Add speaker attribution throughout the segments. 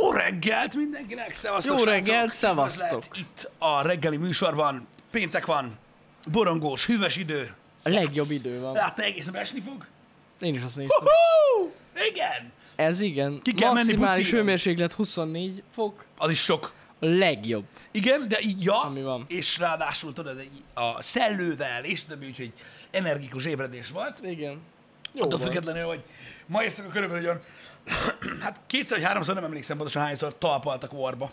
Speaker 1: Jó reggelt mindenkinek, szevasztok
Speaker 2: Jó
Speaker 1: srácok!
Speaker 2: reggelt, szevasztok!
Speaker 1: Üdvözlet Itt a reggeli műsorban, péntek van, borongós, hűvös idő.
Speaker 2: A legjobb idő van.
Speaker 1: Látta, egész nap esni fog?
Speaker 2: Én is azt néztem.
Speaker 1: Hú! Igen!
Speaker 2: Ez igen.
Speaker 1: Ki kell menni
Speaker 2: Maximális
Speaker 1: bucizni.
Speaker 2: hőmérséklet 24 fok.
Speaker 1: Az is sok.
Speaker 2: A legjobb.
Speaker 1: Igen, de így, ja,
Speaker 2: Ami van.
Speaker 1: és ráadásul tudod, egy- a szellővel, és többi, úgyhogy energikus ébredés volt.
Speaker 2: Igen. Jó
Speaker 1: Attól
Speaker 2: volt.
Speaker 1: függetlenül, hogy ma éjszaka körülbelül olyan, hát kétszer vagy háromszor nem emlékszem pontosan hányszor talpaltak orba.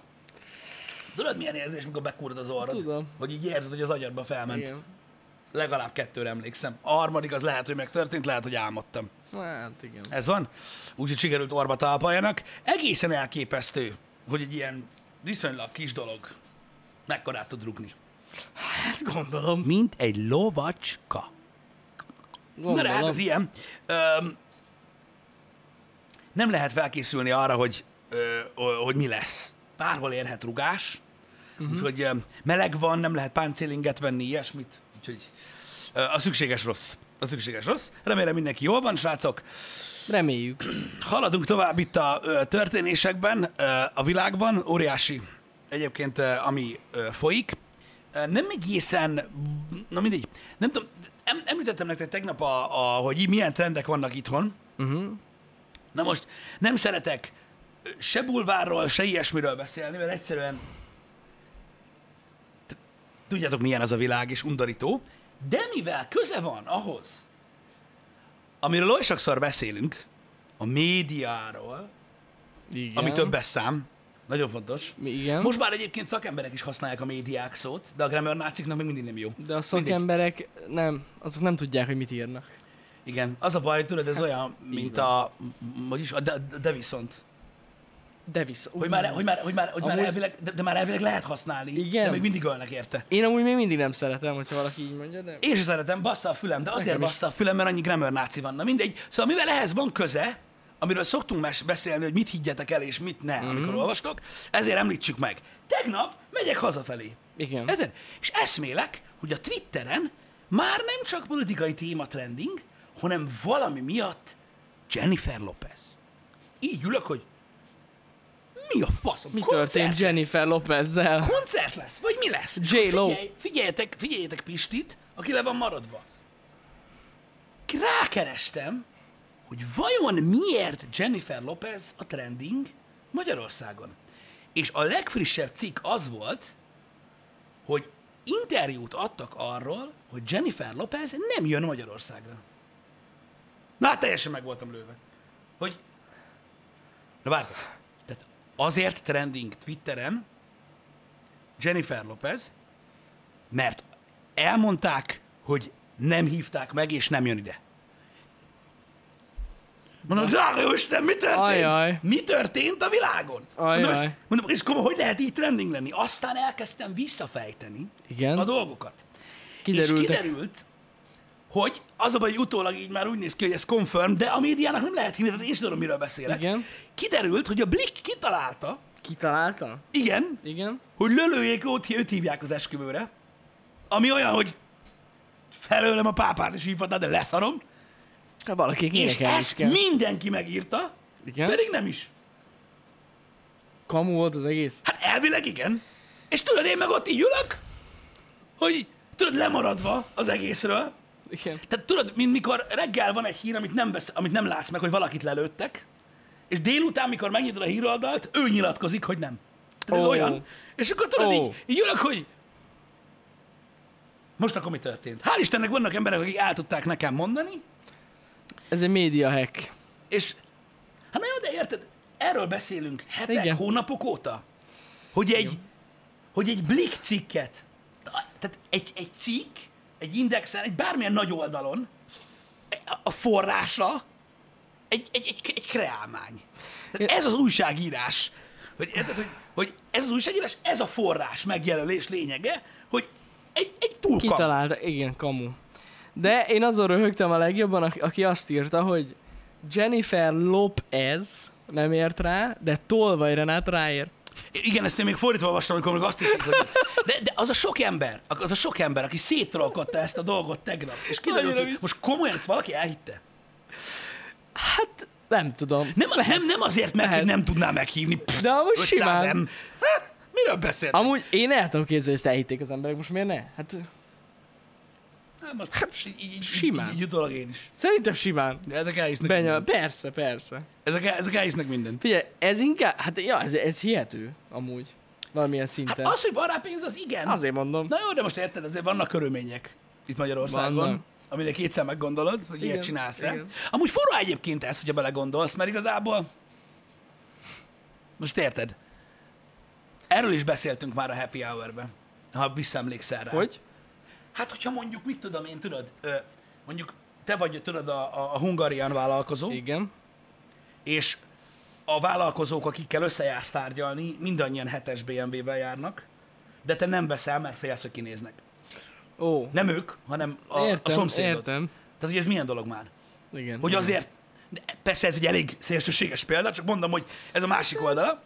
Speaker 1: Tudod, milyen érzés, mikor bekúrod az orrod?
Speaker 2: Tudom.
Speaker 1: Hogy így érzed, hogy az agyadba felment. Igen.
Speaker 2: Igen.
Speaker 1: Legalább kettőre emlékszem. A harmadik az lehet, hogy megtörtént, lehet, hogy álmodtam.
Speaker 2: Hát igen.
Speaker 1: Ez van. Úgyhogy sikerült orba talpaljanak. Egészen elképesztő, hogy egy ilyen viszonylag kis dolog mekkorát tud rugni.
Speaker 2: Hát gondolom.
Speaker 1: Mint egy lovacska. Na de
Speaker 2: Gondolom.
Speaker 1: hát ez ilyen. Öm, nem lehet felkészülni arra, hogy, ö, ö, hogy mi lesz. Bárhol érhet rugás, uh-huh. úgyhogy ö, meleg van, nem lehet páncélinget venni, ilyesmit. Úgyhogy ö, a szükséges rossz. A szükséges rossz. Remélem mindenki jól van, srácok.
Speaker 2: Reméljük.
Speaker 1: Haladunk tovább itt a ö, történésekben, ö, a világban. Óriási egyébként, ö, ami ö, folyik. Ö, Nem egészen, na mindegy, nem tudom, em, említettem nektek tegnap, a, a, hogy így milyen trendek vannak itthon.
Speaker 2: Uh-huh.
Speaker 1: Na most nem szeretek ö, se bulvárról, se ilyesmiről beszélni, mert egyszerűen t- tudjátok, milyen az a világ, és undorító. De mivel köze van ahhoz, amiről oly sokszor beszélünk, a médiáról,
Speaker 2: Igen.
Speaker 1: ami több szám, nagyon fontos.
Speaker 2: Mi- Igen. Most...
Speaker 1: Most már egyébként szakemberek is használják a médiák szót, de a grammar náciknak még mindig nem jó.
Speaker 2: De a szakemberek nem, azok nem tudják, hogy mit írnak.
Speaker 1: Igen, az a baj, tudod, ez olyan, mint
Speaker 2: Hát, van.
Speaker 1: a, m- hogy is, a de, de viszont.
Speaker 2: De visz.
Speaker 1: Hogy már, hogy már, hogy már, hogy már
Speaker 2: Amúgy-
Speaker 1: elvileg, de, de már elvileg lehet használni,
Speaker 2: Igen.
Speaker 1: de még mindig ölnek érte.
Speaker 2: Én amúgy még mindig nem szeretem, hogyha valaki így mondja, de...
Speaker 1: Én sem szeretem, bassza a fülem, de azért
Speaker 2: Nekem is.
Speaker 1: bassza a fülem, mert annyi grammar náci van. Na mindegy. Szóval mivel ehhez van köze, amiről szoktunk mes- beszélni, hogy mit higgyetek el és mit ne,
Speaker 2: Mhm.
Speaker 1: amikor olvastok, ezért említsük meg. Tegnap megyek hazafelé.
Speaker 2: Igen.
Speaker 1: Érted? És eszmélek, hogy a Twitteren már nem csak politikai téma trending, hanem valami miatt Jennifer Lopez. Így ülök, hogy mi a faszom?
Speaker 2: Mi
Speaker 1: koncert
Speaker 2: történt
Speaker 1: lesz?
Speaker 2: Jennifer Lopezzel?
Speaker 1: Koncert lesz, vagy mi lesz? És
Speaker 2: J.Lo.
Speaker 1: akkor Figyelj, figyeljetek, figyeljetek Pistit, aki le van maradva. Rákerestem, hogy vajon miért Jennifer Lopez a trending Magyarországon. És a legfrissebb cikk az volt, hogy interjút adtak arról, hogy Jennifer Lopez nem jön Magyarországra. Na, hát teljesen meg voltam lőve. Hogy... Na, vártok. Tehát azért trending Twitteren Jennifer Lopez, mert elmondták, hogy nem hívták meg, és nem jön ide. Mondom, drága jó Isten, mi történt?
Speaker 2: Ajaj.
Speaker 1: Mi történt a világon? Mondom,
Speaker 2: Ajaj.
Speaker 1: ezt, mondom, és komoly, hogy lehet így trending lenni? Aztán elkezdtem visszafejteni
Speaker 2: Igen.
Speaker 1: a dolgokat. És
Speaker 2: Kiderültek.
Speaker 1: kiderült, hogy az a baj, hogy utólag így már úgy néz ki, hogy ez confirm, de a médiának nem lehet hinni, tehát én sem tudom, miről beszélek.
Speaker 2: Igen.
Speaker 1: Kiderült, hogy a Blick kitalálta,
Speaker 2: Kitalálta?
Speaker 1: igen,
Speaker 2: Igen.
Speaker 1: hogy lölőjék ott, őt hívják az esküvőre, ami olyan, hogy felőlem a pápát is hívhatná, de leszarom.
Speaker 2: Hát valaki
Speaker 1: És
Speaker 2: kinek is
Speaker 1: ezt
Speaker 2: kell.
Speaker 1: mindenki megírta,
Speaker 2: Igen.
Speaker 1: pedig nem is.
Speaker 2: Kamu volt az egész?
Speaker 1: Hát elvileg igen. És tudod, én meg ott így ülök, hogy tudod, lemaradva az egészről.
Speaker 2: Igen.
Speaker 1: Tehát tudod, mint mikor reggel van egy hír, amit nem, besz- amit nem látsz meg, hogy valakit lelőttek, és délután, mikor megnyitod a híroldalt, ő nyilatkozik, hogy nem. Tehát ez
Speaker 2: Ó.
Speaker 1: olyan. És akkor tudod,
Speaker 2: Ó.
Speaker 1: így, így ülök, hogy most akkor mi történt? Hál' Istennek vannak emberek, akik el tudták nekem mondani,
Speaker 2: Ez egy média hack.
Speaker 1: és hát na jó, de érted, erről beszélünk hetek, Igen.
Speaker 2: Igen.
Speaker 1: hónapok óta, hogy egy, hogy egy blik cikket, tehát egy, egy cikk, egy indexen, egy bármilyen nagy oldalon, a- a forrása egy, egy, egy, egy kreálmány. Tehát ez az újságírás, hogy, érted, hogy, hogy ez az újságírás, ez a forrás megjelölés lényege, hogy egy, egy túlkap.
Speaker 2: Kitalálta, igen, kamu. De én azon röhögtem a legjobban, ak- aki azt írta, hogy Jennifer Lopez nem ért rá, de Tolvaj Renát ráért.
Speaker 1: Igen, ezt én még fordítva olvastam, amikor még azt hitték, hogy... De, de az a sok ember, az a sok ember, aki szétrolkodta ezt a dolgot tegnap, és kiderült,
Speaker 2: Annyira
Speaker 1: hogy
Speaker 2: vicc.
Speaker 1: most komolyan ezt valaki elhitte.
Speaker 2: Hát Nem tudom.
Speaker 1: Nem, nem, nem azért, mert hogy
Speaker 2: Lehet.
Speaker 1: nem tudná meghívni. Pff,
Speaker 2: De amúgy
Speaker 1: 500
Speaker 2: simán.
Speaker 1: em. Hát, Miről beszél? Am-
Speaker 2: Amúgy én el tudom képzelni, hogy ezt elhitték az emberek, most miért ne? Hát
Speaker 1: most, most így, így,
Speaker 2: simán.
Speaker 1: Így, így, jutólag én is.
Speaker 2: szerintem simán.
Speaker 1: De ezek elhisznek
Speaker 2: Benya,
Speaker 1: mindent.
Speaker 2: persze, persze.
Speaker 1: Ezek, el- ezek elhisznek mindent.
Speaker 2: Figyelj, ez inkább, hát ja, ez, ez hihető, amúgy. Valamilyen
Speaker 1: Hát
Speaker 2: szinten.
Speaker 1: az, hogy van rá pénz, az igen.
Speaker 2: Azért mondom.
Speaker 1: Na jó, de most érted, azért vannak körülmények itt Magyarországon,
Speaker 2: Vannak.
Speaker 1: vannak. amire kétszer meggondolod, hogy igen, ilyet
Speaker 2: Igen,
Speaker 1: csinálsz-e.
Speaker 2: igen.
Speaker 1: Amúgy forró egyébként ez, hogyha belegondolsz, mert igazából... Most érted? Erről is beszéltünk már a Happy Hour-ben, ha visszaemlékszel rá.
Speaker 2: Hogy?
Speaker 1: Hát, hogyha mondjuk, mit tudom én, tudod, ö, mondjuk te vagy, tudod, a, a- a hungarian vállalkozó,
Speaker 2: Igen.
Speaker 1: és a vállalkozók, akikkel összejársz tárgyalni, mindannyian hetes BMW-vel járnak, de te nem veszel, mert félsz, hogy kinéznek.
Speaker 2: Ó,
Speaker 1: Nem ők, hanem a,
Speaker 2: értem,
Speaker 1: a szomszédod.
Speaker 2: értem.
Speaker 1: Tehát, hogy ez milyen dolog már?
Speaker 2: Igen.
Speaker 1: Hogy
Speaker 2: igen.
Speaker 1: azért, de persze ez egy elég szélsőséges példa, csak mondom, hogy ez a másik oldala.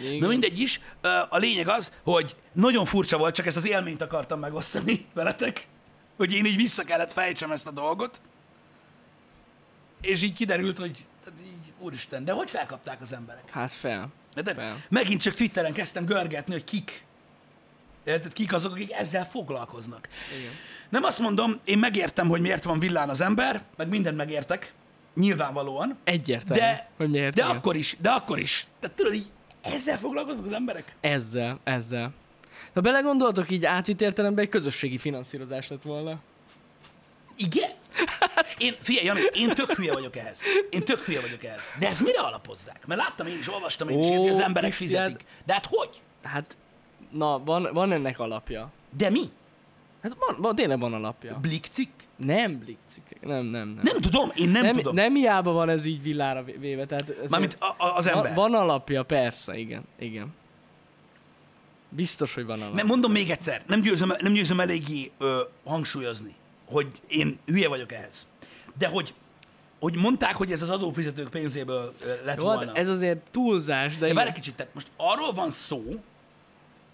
Speaker 2: Igen.
Speaker 1: De mindegy is, ö, a lényeg az, hogy nagyon furcsa volt, csak ezt az élményt akartam megosztani veletek, hogy én így vissza kellett fejtsem ezt a dolgot, és így kiderült, hogy tehát így, úristen, de hogy felkapták az emberek?
Speaker 2: Hát fel.
Speaker 1: De
Speaker 2: Fel.
Speaker 1: megint csak Twitteren kezdtem görgetni, hogy kik. Érted, kik azok, akik ezzel foglalkoznak.
Speaker 2: Igen.
Speaker 1: Nem azt mondom, én megértem, hogy miért van villán az ember, meg mindent megértek, nyilvánvalóan,
Speaker 2: Egyértelmű,
Speaker 1: de,
Speaker 2: hogy miért.
Speaker 1: de
Speaker 2: igen.
Speaker 1: akkor is, de akkor is. Tehát tudod, így ezzel foglalkoznak az emberek?
Speaker 2: Ezzel, ezzel. Ha belegondoltok, így átvitt értelemben egy közösségi finanszírozás lett volna.
Speaker 1: Igen?
Speaker 2: Hát.
Speaker 1: Én, figyelj, Jani, én tök hülye vagyok ehhez. Én tök hülye vagyok ehhez. De ezt mire alapozzák? Mert láttam én is, olvastam én is,
Speaker 2: Ó,
Speaker 1: ilyet, hogy az emberek
Speaker 2: Pisti,
Speaker 1: fizetik. De hát hogy?
Speaker 2: Hát, na, van, van ennek alapja.
Speaker 1: De mi?
Speaker 2: Hát van, van tényleg van alapja.
Speaker 1: Blikcik?
Speaker 2: Nem blikcik. Nem, nem, nem.
Speaker 1: Nem tudom, én nem,
Speaker 2: nem,
Speaker 1: tudom.
Speaker 2: nem hiába van ez így villára vé- véve. Tehát ez
Speaker 1: Mármint a, a, az
Speaker 2: van,
Speaker 1: ember.
Speaker 2: van alapja, persze, igen, igen. Biztos, hogy van alapja.
Speaker 1: Mert mondom még egyszer, nem győzöm, nem győzöm eléggé ö, hangsúlyozni, hogy én hülye vagyok ehhez. De hogy, hogy mondták, hogy ez az adófizetők pénzéből ö, lett
Speaker 2: Jó, hát
Speaker 1: volna.
Speaker 2: ez azért túlzás, de,
Speaker 1: De
Speaker 2: igen.
Speaker 1: várj egy kicsit, tehát most arról van szó,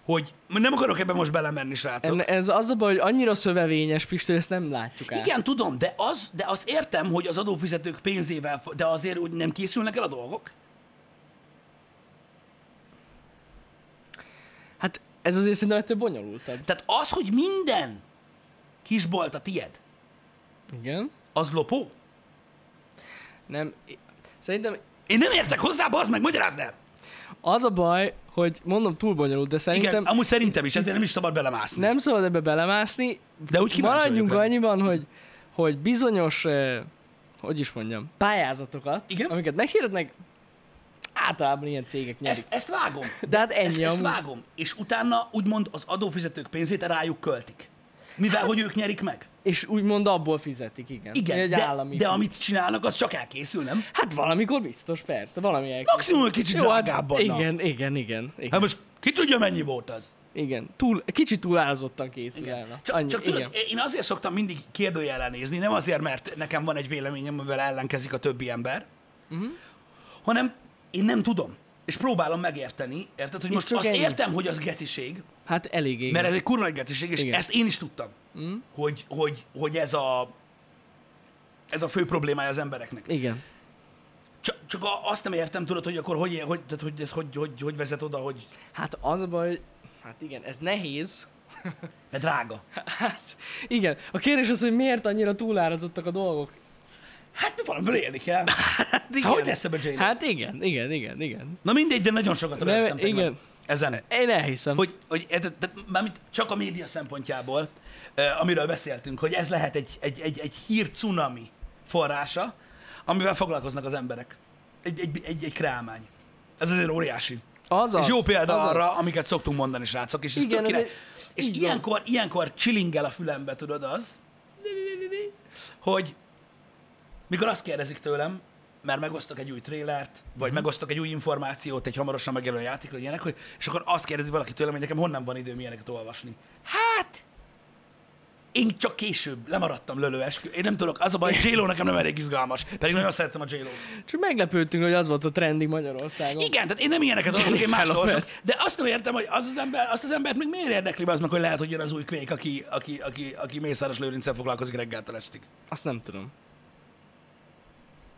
Speaker 1: hogy nem akarok ebben most belemenni, srácok.
Speaker 2: Enne- ez az a baj, hogy annyira szövevényes, Pistő, ezt nem látjuk át.
Speaker 1: Igen, tudom, de az, de azt értem, hogy az adófizetők pénzével, fo- de azért úgy nem készülnek el a dolgok.
Speaker 2: Hát ez azért szerintem ettől bonyolultabb.
Speaker 1: Tehát az, hogy minden kisbolt a tied,
Speaker 2: Igen.
Speaker 1: az lopó.
Speaker 2: Nem, szerintem
Speaker 1: Én nem értek hozzá, az meg magyarázd el.
Speaker 2: az a baj, hogy mondom túl bonyolult, de
Speaker 1: Igen,
Speaker 2: szerintem
Speaker 1: Intem... amúgy szerintem is, ezért nem is szabad belemászni.
Speaker 2: nem szabad ebbe belemászni.
Speaker 1: De úgy kíváncsi
Speaker 2: Maradjunk
Speaker 1: vagyok rá.
Speaker 2: annyiban, hogy, hogy bizonyos, eh, hogy is mondjam, pályázatokat,
Speaker 1: Igen.
Speaker 2: amiket meghirdetnek, általában ilyen cégek nyerik.
Speaker 1: Ezt, ezt vágom.
Speaker 2: De hát ennyi
Speaker 1: Ezt, ezt
Speaker 2: amúgy.
Speaker 1: vágom. És utána úgymond az adófizetők pénzét rájuk költik. Mivel,
Speaker 2: Hát-
Speaker 1: hogy ők nyerik meg.
Speaker 2: És úgymond abból fizetik, igen.
Speaker 1: Igen,
Speaker 2: Egy
Speaker 1: de,
Speaker 2: állami.
Speaker 1: de amit csinálnak, az csak elkészül, nem?
Speaker 2: Hát valamikor biztos, persze, valami elkészül.
Speaker 1: Maximum egy kicsit
Speaker 2: Jó, hát
Speaker 1: drágábban. na.
Speaker 2: igen, igen, igen, igen,
Speaker 1: Hát most ki tudja, mennyi volt az?
Speaker 2: igen. Túl, kicsit túlázottan készül el. na.
Speaker 1: Csak,
Speaker 2: Annyi,
Speaker 1: csak tudod,
Speaker 2: igen.
Speaker 1: én azért szoktam mindig kérdőjelre nézni, nem azért, mert nekem van egy véleményem, amivel ellenkezik a többi ember, uh-huh.
Speaker 2: Mhm.
Speaker 1: hanem én nem tudom. És próbálom megérteni, érted, hogy most
Speaker 2: csak
Speaker 1: azt
Speaker 2: ennyi.
Speaker 1: értem, hogy az geciség,
Speaker 2: Hát eléggé.
Speaker 1: Mert ez egy kurva nagy geciség, és Igen.
Speaker 2: Igen.
Speaker 1: ezt én is tudtam, mm. hogy, hogy, hogy ez a ez a fő problémája az embereknek.
Speaker 2: Igen.
Speaker 1: Csak, csak a- azt nem értem, tudod, hogy akkor hogy, hogy, tehát, hogy ez hogy, hogy, hogy vezet oda, hogy
Speaker 2: Hát az a baj, hogy- hát igen, ez nehéz.
Speaker 1: mert drága.
Speaker 2: Hát igen, a kérdés az, hogy miért annyira túlárazottak a dolgok.
Speaker 1: Hát mi valamiből élni kell.
Speaker 2: Hát igen.
Speaker 1: Hát hogy lesz ebből Jalen?
Speaker 2: Hát igen, igen, igen, igen.
Speaker 1: Na mindegy, de nagyon sokat rögtem
Speaker 2: igen.
Speaker 1: ezen.
Speaker 2: Én elhiszem.
Speaker 1: Hogy, hogy tehát, tehát, mármint csak a média szempontjából, eh, amiről beszéltünk, hogy ez lehet egy, egy, egy, egy hír cunami forrása, amivel foglalkoznak az emberek. Egy, egy, egy, egy kreálmány. Ez azért óriási.
Speaker 2: Azaz,
Speaker 1: és jó példa
Speaker 2: azaz.
Speaker 1: arra, amiket szoktunk mondani, srácok, és ez Igen,
Speaker 2: Igen, ez
Speaker 1: tök király.
Speaker 2: egy-
Speaker 1: És
Speaker 2: így van.
Speaker 1: ilyenkor, ilyenkor chillingel a fülembe, tudod az, hogy mikor azt kérdezik tőlem, mert megosztok egy új trélert, vagy
Speaker 2: Mhm.
Speaker 1: megosztok egy új információt egy hamarosan megjelenő játékról, ilyenek, hogy, és akkor azt kérdezi valaki tőlem, hogy nekem honnan van időm ilyeneket olvasni. Hát, én csak később lemaradtam lölő eskü. Én nem tudok, az a baj, j nekem nem elég izgalmas, pedig nagyon szeretem a j
Speaker 2: Csak meglepődtünk, hogy az volt a trending Magyarországon.
Speaker 1: igen, tehát én nem ilyeneket olvasok, én
Speaker 2: Jennifer
Speaker 1: más olvasok.
Speaker 2: Lopez.
Speaker 1: De azt nem értem, hogy az az ember, azt az embert még miért érdekli be az meg, hogy lehet, hogy jön az új kvék, aki, aki, aki, aki Mészáros Lőrincsel foglalkozik reggeltől estig.
Speaker 2: Azt nem tudom.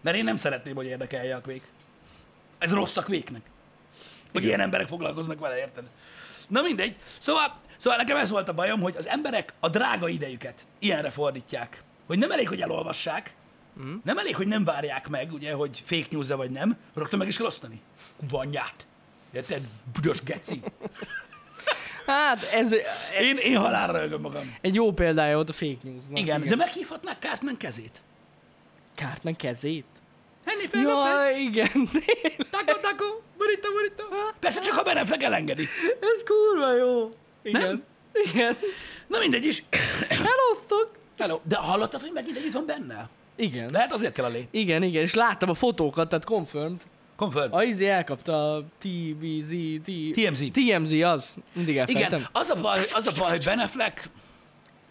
Speaker 1: Mert én nem szeretném, hogy érdekelje a kvék. Ez rossz a kvéknek. Hogy ilyen emberek foglalkoznak vele, érted? Na mindegy. Szóval, szóval nekem ez volt a bajom, hogy az emberek a drága idejüket ilyenre fordítják. Hogy nem elég, hogy elolvassák, mm. nem elég, hogy nem várják meg, ugye, hogy fake news vagy nem, rögtön meg is kell osztani. Vanyát. Érted? Büdös geci.
Speaker 2: Hát ez
Speaker 1: Én, én halálra rögöm magam.
Speaker 2: egy jó példája volt a fake newsnak.
Speaker 1: Igen, de meghívhatnák Cartman kezét.
Speaker 2: Cartman kezét?
Speaker 1: Henny Fernandez,
Speaker 2: Ja, igen. Hát,
Speaker 1: tako, tako, burrito, burrito. Persze csak a Ben Affleck elengedi.
Speaker 2: ez kurva jó. Igen.
Speaker 1: Nem?
Speaker 2: Igen.
Speaker 1: Na mindegy is.
Speaker 2: Elosztok.
Speaker 1: Hello. De hallottad, hogy megint együtt van benne?
Speaker 2: Igen.
Speaker 1: Lehet azért kell elé.
Speaker 2: Igen, igen, és láttam a fotókat, tehát confirmed.
Speaker 1: Confirm.
Speaker 2: A izé elkapta a TBZ, T...
Speaker 1: TMZ.
Speaker 2: TMZ az. Mindig elfelejtem.
Speaker 1: Igen, az a, baj, az a baj, hogy Ben Affleck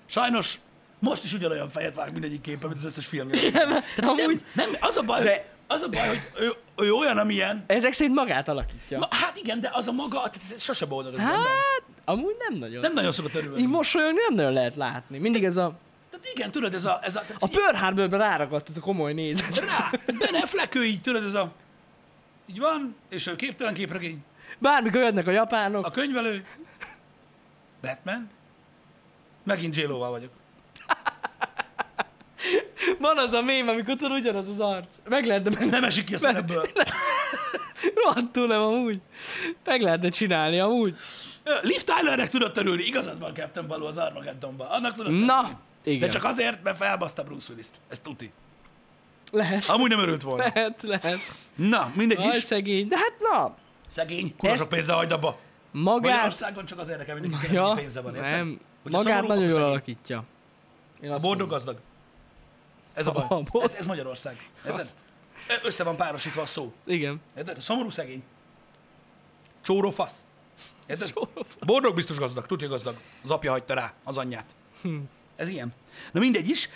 Speaker 1: sajnos most is ugyanolyan fejet vág mindegyik képen, mint az összes filmje. Tehát
Speaker 2: amúgy-
Speaker 1: amúgy... nem, nem, az a baj, hogy,
Speaker 2: De-
Speaker 1: az a baj, hogy ő, ő olyan, amilyen.
Speaker 2: Ezek szerint magát alakítja.
Speaker 1: Ma, hát igen, de az a maga, tehát ez sose boldog az ember.
Speaker 2: hát, amúgy nem nagyon.
Speaker 1: Nem nagyon szokott
Speaker 2: Így
Speaker 1: örülni.
Speaker 2: mosolyogni nem nagyon lehet látni. Mindig ez a...
Speaker 1: Tehát igen, tudod, ez a... Ez a,
Speaker 2: A Pearl Harborben ráragadt ez a komoly nézet.
Speaker 1: rá, Ben Affleck, ő így, tudod, ez a... Így van, és ő képtelen képregény.
Speaker 2: Bármikor jönnek a japánok.
Speaker 1: A könyvelő, Batman, megint j vagyok.
Speaker 2: Van az a mém, amikor tudod ugyanaz az arc. Meg lehetne benne.
Speaker 1: Nem esik ki a szerepből.
Speaker 2: Rohadtul nem amúgy. Meg lehetne csinálni amúgy.
Speaker 1: Ö, Liv Tylernek tudott örülni, igazad van Captain Baloo az Armageddonban. Annak tudott örülni.
Speaker 2: Na,
Speaker 1: De
Speaker 2: igen.
Speaker 1: csak azért, mert felbaszta Bruce Willis-t. Ez tuti.
Speaker 2: Lehet.
Speaker 1: Amúgy nem örült volna.
Speaker 2: Lehet, lehet.
Speaker 1: Na, mindegy
Speaker 2: Aj,
Speaker 1: is.
Speaker 2: szegény. De hát na,
Speaker 1: Szegény, kurva
Speaker 2: Ezt-
Speaker 1: sok pénze hagyd abba.
Speaker 2: magát...
Speaker 1: Magyarországon csak az érdekel, hogy mindenki
Speaker 2: Ja,
Speaker 1: pénze van, érted?
Speaker 2: nem.
Speaker 1: Hogyha
Speaker 2: Magát
Speaker 1: szomorú,
Speaker 2: nagyon
Speaker 1: akkor
Speaker 2: jól
Speaker 1: szegény.
Speaker 2: alakítja. Én azt
Speaker 1: Boldog
Speaker 2: mondom.
Speaker 1: gazdag. Ez a baj.
Speaker 2: A boldog-
Speaker 1: Ez, ez Magyarország. Érted?
Speaker 2: Azt.
Speaker 1: Ö- Össze van párosítva a szó.
Speaker 2: Igen.
Speaker 1: Érted? Szomorú szegény. Csóró fasz. Érted? Boldog biztos gazdag, tudja gazdag. Az apja hagyta rá az anyját. Ez ilyen. Na mindegy is,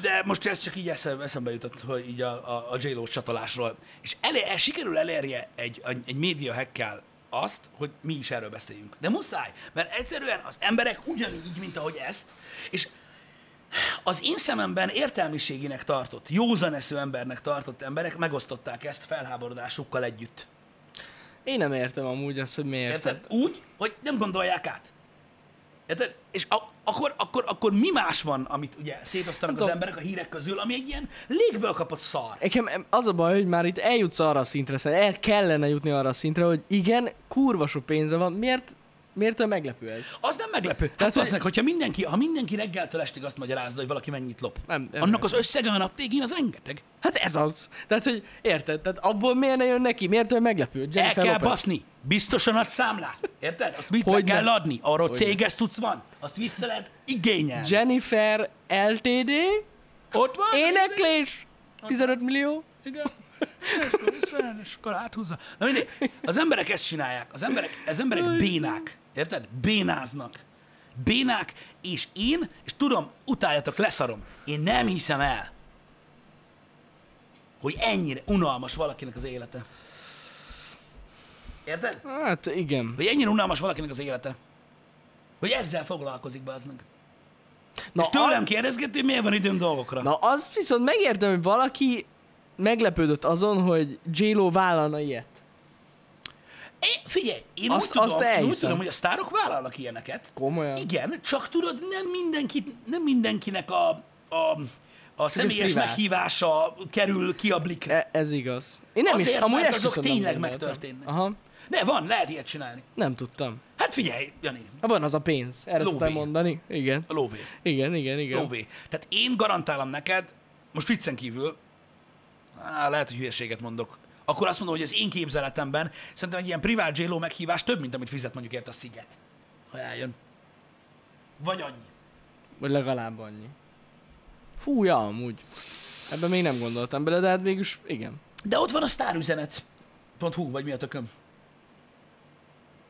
Speaker 1: de most ez csak így eszembe, eszembe jutott, hogy így a, a, a j csatolásról. És elé, el, sikerül elérje egy, egy, egy média hackkel azt, hogy mi is erről beszéljünk. De muszáj, mert egyszerűen az emberek ugyanígy, mint ahogy ezt, és az én szememben értelmiségének tartott, józaneszű embernek tartott emberek megosztották ezt felháborodásukkal együtt.
Speaker 2: Én nem értem amúgy azt, hogy miért.
Speaker 1: Érted? Úgy, hogy nem gondolják át. Érted? És a, akkor, akkor, akkor mi más van, amit ugye szétosztanak
Speaker 2: Nem
Speaker 1: az
Speaker 2: tudom.
Speaker 1: emberek a hírek közül, ami egy ilyen légből kapott szar.
Speaker 2: Nekem az a baj, hogy már itt eljutsz arra a szintre, szerintem el kellene jutni arra a szintre, hogy igen, kurva sok pénze van, miért, miért olyan meglepő ez?
Speaker 1: Az nem meglepő. Hát
Speaker 2: Tehát, hogy-
Speaker 1: az hogy... hogyha mindenki, ha mindenki reggeltől estig azt magyarázza, hogy valaki mennyit lop,
Speaker 2: Nem, nem
Speaker 1: annak az összege a nap végén az rengeteg.
Speaker 2: Hát ez az. Tehát, hogy érted? Tehát abból miért ne jön neki? Miért olyan meglepő?
Speaker 1: El
Speaker 2: Jennifer
Speaker 1: kell
Speaker 2: Lopez.
Speaker 1: baszni. Biztosan ad számlát. Érted? Azt mit meg
Speaker 2: Hogyne.
Speaker 1: kell adni? Arról
Speaker 2: Hogyne.
Speaker 1: céges tudsz van. Azt vissza lehet igényelni.
Speaker 2: Jennifer LTD,
Speaker 1: Ott van?
Speaker 2: éneklés,
Speaker 1: hát,
Speaker 2: 15 millió.
Speaker 1: Igen. És akkor visszajön, és akkor áthúzza. Na mindegy, az emberek ezt csinálják. Az emberek, az emberek bénák. Érted? Bénáznak. Bénák, és én, és tudom, utáljatok, leszarom. Én nem hiszem el, hogy ennyire unalmas valakinek az élete. Érted?
Speaker 2: Hát igen.
Speaker 1: Hogy ennyire unalmas valakinek az élete. Hogy ezzel foglalkozik, bazd meg.
Speaker 2: Na,
Speaker 1: és tőlem kérdezgető, hogy miért van időm dolgokra.
Speaker 2: Na azt viszont megértem, hogy valaki meglepődött azon, hogy J-Lo vállalna ilyet.
Speaker 1: É, figyelj, én azt,
Speaker 2: Azt-
Speaker 1: úgy, tudom,
Speaker 2: azt
Speaker 1: én úgy
Speaker 2: elhiszem.
Speaker 1: tudom, hogy a sztárok vállalnak ilyeneket.
Speaker 2: Komolyan?
Speaker 1: Igen, csak tudod, nem, mindenkit, nem mindenkinek a, a, a személyes
Speaker 2: privát.
Speaker 1: meghívása kerül ki a blikre.
Speaker 2: E- ez igaz. Én nem
Speaker 1: Azért,
Speaker 2: is, amúgy
Speaker 1: mert
Speaker 2: ezt
Speaker 1: azok
Speaker 2: viszont nem
Speaker 1: tényleg
Speaker 2: gondoltam.
Speaker 1: megtörténnek.
Speaker 2: Aha,
Speaker 1: Ne, van, lehet ilyet csinálni.
Speaker 2: nem tudtam.
Speaker 1: Hát figyelj, Jani,
Speaker 2: Hát van az a pénz, erre
Speaker 1: Lóvé.
Speaker 2: szoktam mondani. Igen.
Speaker 1: a lóvé.
Speaker 2: Igen, igen, igen.
Speaker 1: Lóvé. Tehát én garantálom neked, most viccen kívül, á, lehet, hogy hülyeséget mondok, akkor azt mondom, hogy az én képzeletemben szerintem egy ilyen privát j meghívás több, mint amit fizet mondjuk ért a sziget, ha eljön. Vagy annyi.
Speaker 2: Vagy legalább annyi. Fú, ja, amúgy. Ebben még nem gondoltam bele, de hát végülis igen.
Speaker 1: De ott van a sztárüzenet. Pont hú, vagy mi a tököm.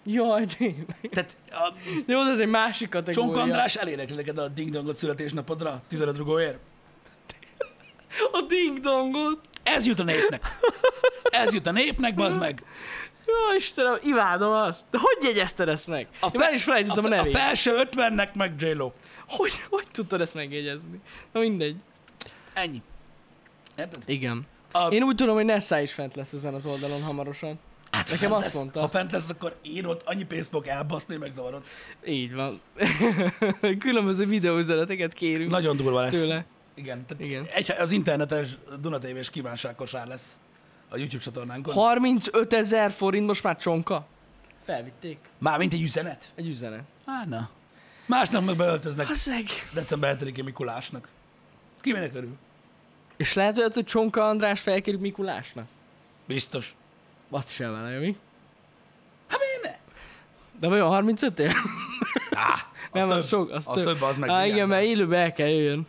Speaker 2: Jaj, tényleg.
Speaker 1: Tehát a
Speaker 2: Jó, de ez egy másik kategória.
Speaker 1: Csonk András elénekli neked a Ding Dongot születésnapodra 15 rugóért.
Speaker 2: A ding dongot.
Speaker 1: Ez jut a népnek. Ez jut a népnek, bazd meg.
Speaker 2: Jó, Istenem, imádom azt. De hogy jegyezted ezt meg? A Én már is felejtettem a,
Speaker 1: a,
Speaker 2: nevét.
Speaker 1: a felső 50-nek meg j
Speaker 2: Hogy, hogy tudtad ezt megjegyezni? Na mindegy.
Speaker 1: Ennyi. Érted?
Speaker 2: Igen.
Speaker 1: A-
Speaker 2: A... Én úgy tudom, hogy Nessa is fent lesz ezen az oldalon hamarosan.
Speaker 1: Hát, ha
Speaker 2: Nekem
Speaker 1: fent
Speaker 2: azt
Speaker 1: lesz,
Speaker 2: mondta.
Speaker 1: Ha fent lesz, akkor én ott annyi pénzt fogok elbaszni, hogy megzavarod.
Speaker 2: Így van. Különböző videóüzeneteket kérünk
Speaker 1: Nagyon durva lesz.
Speaker 2: tőle.
Speaker 1: Igen. Tehát Igen.
Speaker 2: Igen.
Speaker 1: Egy, az internetes Duna TV-s kívánságkosár lesz a YouTube csatornánkon. Ha...
Speaker 2: 35 ezer forint most már csonka. Felvitték.
Speaker 1: Mármint egy üzenet.
Speaker 2: Egy üzenet.
Speaker 1: Á, na. Másnap meg beöltöznek
Speaker 2: Haszeg.
Speaker 1: december 7-én Mikulásnak. Kimenek körül?
Speaker 2: És lehet, olyat, hogy Csonka András felkérjük Mikulásnak.
Speaker 1: Biztos.
Speaker 2: Azt sem vele, mi?
Speaker 1: Hát miért ne?
Speaker 2: De vajon 35 ér?
Speaker 1: Á,
Speaker 2: Nem,
Speaker 1: több.
Speaker 2: az sok, az,
Speaker 1: az több. az meg.
Speaker 2: Á, igen,
Speaker 1: vigyázzál.
Speaker 2: mert élőbe el kell jöjjön.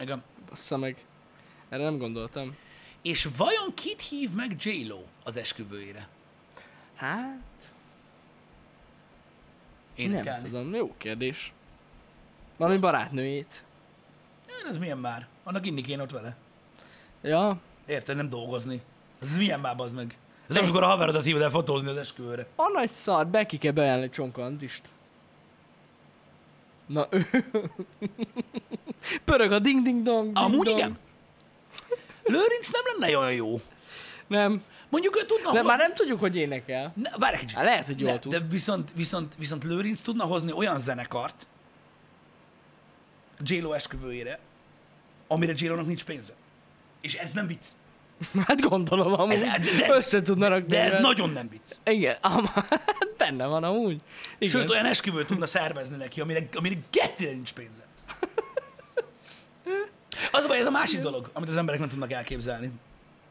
Speaker 1: Igen.
Speaker 2: Bassza meg. Erre nem gondoltam.
Speaker 1: És vajon kit hív meg J-Lo az esküvőjére?
Speaker 2: Hát, nem
Speaker 1: Énekelni.
Speaker 2: tudom, jó kérdés. Valami barátnőjét.
Speaker 1: Hát, ez milyen már? Annak inni kéne ott vele.
Speaker 2: Ja,
Speaker 1: Érted, nem dolgozni. Ez milyen már az meg? Ez amikor a haverodat hívod el fotózni az esküvőre.
Speaker 2: a nagy szar, be ki kell beállni Csonka Andrist. Na ő. Pörög a ding-ding-dong. Ding
Speaker 1: Amúgy
Speaker 2: dong.
Speaker 1: igen. Lőrinc nem lenne olyan jó.
Speaker 2: Nem.
Speaker 1: Mondjuk ő tudna
Speaker 2: De
Speaker 1: hozni...
Speaker 2: már nem tudjuk, hogy énekel.
Speaker 1: Ne, várj egy kicsit.
Speaker 2: Hát lehet, hogy jól
Speaker 1: Ne,
Speaker 2: tud.
Speaker 1: De viszont, viszont, viszont Lőrinc tudna hozni olyan zenekart J-Lo esküvőjére, amire j nak nincs pénze. És ez nem vicc.
Speaker 2: Hát gondolom amúgy.
Speaker 1: Ez-
Speaker 2: Ez,
Speaker 1: de-
Speaker 2: de, Össze tudna rakni.
Speaker 1: De ez
Speaker 2: őket.
Speaker 1: nagyon nem vicc.
Speaker 2: Igen, am, hát benne van amúgy. Igen.
Speaker 1: Sőt, olyan esküvőt tudna szervezni neki, amire, amire gecire nincs pénze. Az a baj, ez a másik dolog, amit az emberek nem tudnak elképzelni.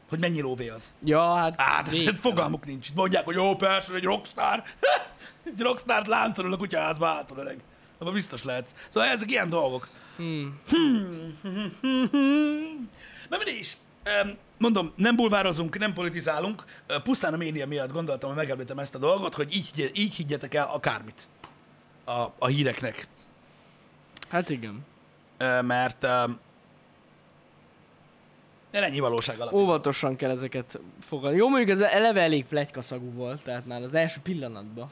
Speaker 1: Hogy mennyi lóvé az.
Speaker 2: Ja, hát...
Speaker 1: Hát, ez
Speaker 2: végtelen.
Speaker 1: fogalmuk nincs. Mondják, hogy jó, persze, egy rockstar. egy rockstárt láncolol a kutyaházba hátul, öreg. Abban biztos lehetsz. Szóval ezek ilyen dolgok. Hmm. Na mindig is. Em, Mondom, nem bulvározunk, nem politizálunk, Ö, pusztán a média miatt gondoltam, hogy megemlítem ezt a dolgot, hogy így, higgye- így higgyetek el akármit a, a híreknek.
Speaker 2: Hát igen.
Speaker 1: Ö, Mert em, mert ennyi valóság alapján.
Speaker 2: Óvatosan kell ezeket fogadni. Jó, mondjuk ez eleve elég plegykaszagú volt, tehát már az első pillanatban.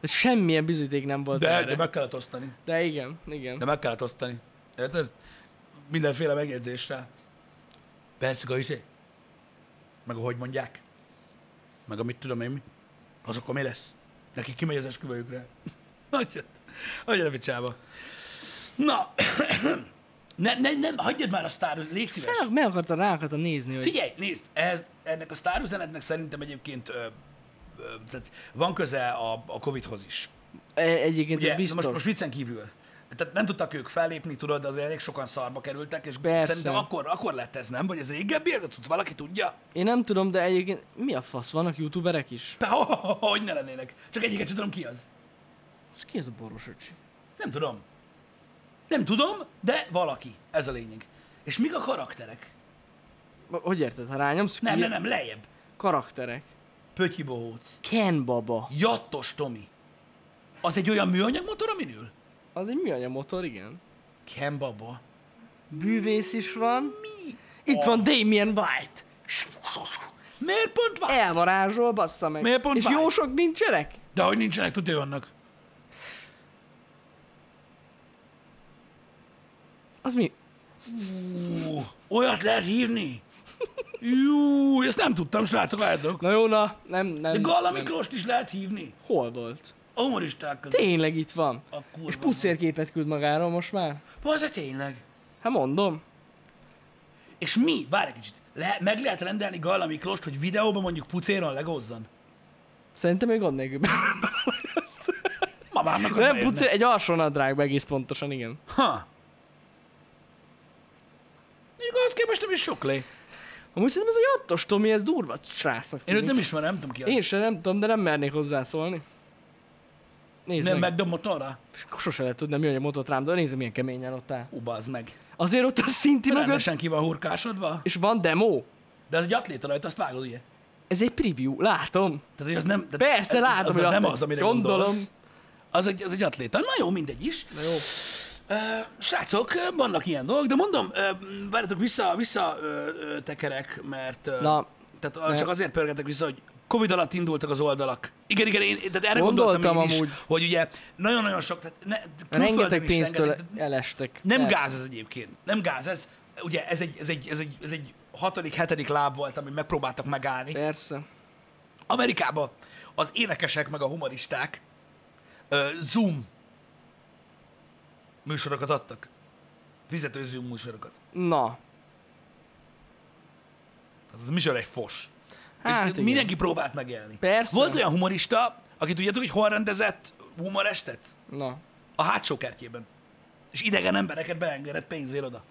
Speaker 2: Ez semmilyen bizonyíték nem volt
Speaker 1: De,
Speaker 2: erre.
Speaker 1: de meg kellett osztani.
Speaker 2: de igen, igen.
Speaker 1: De meg kellett osztani. Érted? Mindenféle megjegyzéssel. Persze, a izé. Meg a hogy mondják. Meg amit tudom én mi. Azokkal mi lesz? Nekik kimegy az esküvőjükre. Hagyjad. Hagyjad a picsába. Na. ne, ne, nem, hagyjad már a sztár, légy szíves.
Speaker 2: Fel, meg akartam, rá akartam nézni, hogy...
Speaker 1: Figyelj, nézd, ez, ennek a sztárüzenetnek szerintem egyébként ö, ö, tehát van köze a, a Covid-hoz is.
Speaker 2: E- Egyébként
Speaker 1: Ugye, biztos.
Speaker 2: ez
Speaker 1: most,
Speaker 2: biztos.
Speaker 1: most viccen kívül. Tehát nem tudtak ők fellépni, tudod, azért elég sokan szarba kerültek, és Persze.
Speaker 2: Persze.
Speaker 1: szerintem akkor, akkor lett ez, nem? Vagy ez régebbi, ez a cucc, valaki tudja?
Speaker 2: Én nem tudom, de egyébként mi a fasz? Vannak youtuberek is?
Speaker 1: Pe- ho- ho- ho- Hogy ne lennének? Csak egyiket sem tudom, ki az.
Speaker 2: Ez ki ez a boros öcsi?
Speaker 1: Nem tudom. Nem tudom, de valaki. Ez a lényeg. És mik a karakterek?
Speaker 2: Ma- Hogy érted? Ha rányomsz ki?
Speaker 1: Nem, nem, nem, lejjebb.
Speaker 2: Karakterek.
Speaker 1: Pötyi Bohóc.
Speaker 2: Ken baba.
Speaker 1: Jattos Tomi. Az egy olyan műanyag motor, amin ül?
Speaker 2: Az egy műanyag motor, igen.
Speaker 1: Ken Baba.
Speaker 2: Bűvész is van. Mi? Itt van Damien White.
Speaker 1: Miért pont van?
Speaker 2: Elvarázsol, bassza meg.
Speaker 1: Miért pont
Speaker 2: És
Speaker 1: White?
Speaker 2: jó sok nincsenek?
Speaker 1: De hogy nincsenek, tudja, vannak.
Speaker 2: Az mi?
Speaker 1: Ú, olyat lehet hívni? Jú, ezt nem tudtam, srácok, álljatok.
Speaker 2: Na jó, na, nem, nem.
Speaker 1: De Galla
Speaker 2: nem.
Speaker 1: Miklóst is lehet hívni.
Speaker 2: Hol volt?
Speaker 1: A humoristák között.
Speaker 2: Tényleg itt van.
Speaker 1: A kurva.
Speaker 2: És pucérképet küld magáról most már?
Speaker 1: Bazza, tényleg.
Speaker 2: Hát mondom.
Speaker 1: És mi? Várj egy kicsit. Le- meg lehet rendelni Galla Miklóst, hogy videóban mondjuk pucéron legózzon?
Speaker 2: Szerintem még gond nélkül.
Speaker 1: Mamámnak az
Speaker 2: De nem
Speaker 1: bejönne.
Speaker 2: pucér, egy alsó nadrágba egész pontosan, igen.
Speaker 1: Ha. Még ahhoz képest nem is sok lé.
Speaker 2: Amúgy szerintem ez a jattos Tomi, ez durva srácnak
Speaker 1: Én őt
Speaker 2: tűnik.
Speaker 1: nem ismerem, nem tudom ki az.
Speaker 2: Én sem nem tudom, de nem mernék hozzászólni. Nézd
Speaker 1: nem
Speaker 2: nem, meg.
Speaker 1: megdob motorra?
Speaker 2: meg. Sose lehet tudni, mi a motot rám, de nézd, milyen keményen ott áll.
Speaker 1: Hú, bazd meg.
Speaker 2: Azért ott a szinti mögött,
Speaker 1: Rendesen ki van hurkásodva,
Speaker 2: és van demo.
Speaker 1: de az egy atléta rajta, azt vágod, ugye?
Speaker 2: Ez egy preview, látom.
Speaker 1: Tehát, hogy az nem... Tehát
Speaker 2: Persze,
Speaker 1: ez- ez-
Speaker 2: látom,
Speaker 1: az,
Speaker 2: hogy
Speaker 1: az nem
Speaker 2: atléta.
Speaker 1: az, amire
Speaker 2: Gondolom.
Speaker 1: gondolsz. Az egy, az egy atléta. Na jó, mindegy is.
Speaker 2: Na jó.
Speaker 1: Ö, srácok, ö, vannak ilyen dolgok, de mondom, ö, m, várjatok, vissza, vissza ö, ö, tekerek, mert... Ö,
Speaker 2: Na,
Speaker 1: tehát ö,
Speaker 2: ne.
Speaker 1: csak azért pörgetek vissza, hogy Covid alatt indultak az oldalak. Igen, igen, én, tehát erre gondoltam,
Speaker 2: Gondoltam
Speaker 1: én is,
Speaker 2: amúgy.
Speaker 1: hogy ugye nagyon-nagyon sok, tehát ne, külföldön
Speaker 2: Rengeteg
Speaker 1: is
Speaker 2: pénztől
Speaker 1: rengeteg-
Speaker 2: elestek.
Speaker 1: nem
Speaker 2: Persze.
Speaker 1: gáz ez egyébként. Nem gáz ez. Ugye ez egy, ez egy, ez egy, ez egy hatodik, hetedik láb volt, amit megpróbáltak megállni.
Speaker 2: Persze.
Speaker 1: Amerikában az énekesek meg a humoristák ö, Zoom műsorokat adtak. Fizető Zoom műsorokat.
Speaker 2: Na.
Speaker 1: Ez micsoda egy fos.
Speaker 2: Hát
Speaker 1: Hát és
Speaker 2: igen.
Speaker 1: mindenki próbált megélni.
Speaker 2: Persze.
Speaker 1: Volt olyan humorista, aki tudjátok, hogy hol rendezett humorestet?
Speaker 2: Na.
Speaker 1: A hátsó kertjében. És idegen embereket beengedett pénzért oda.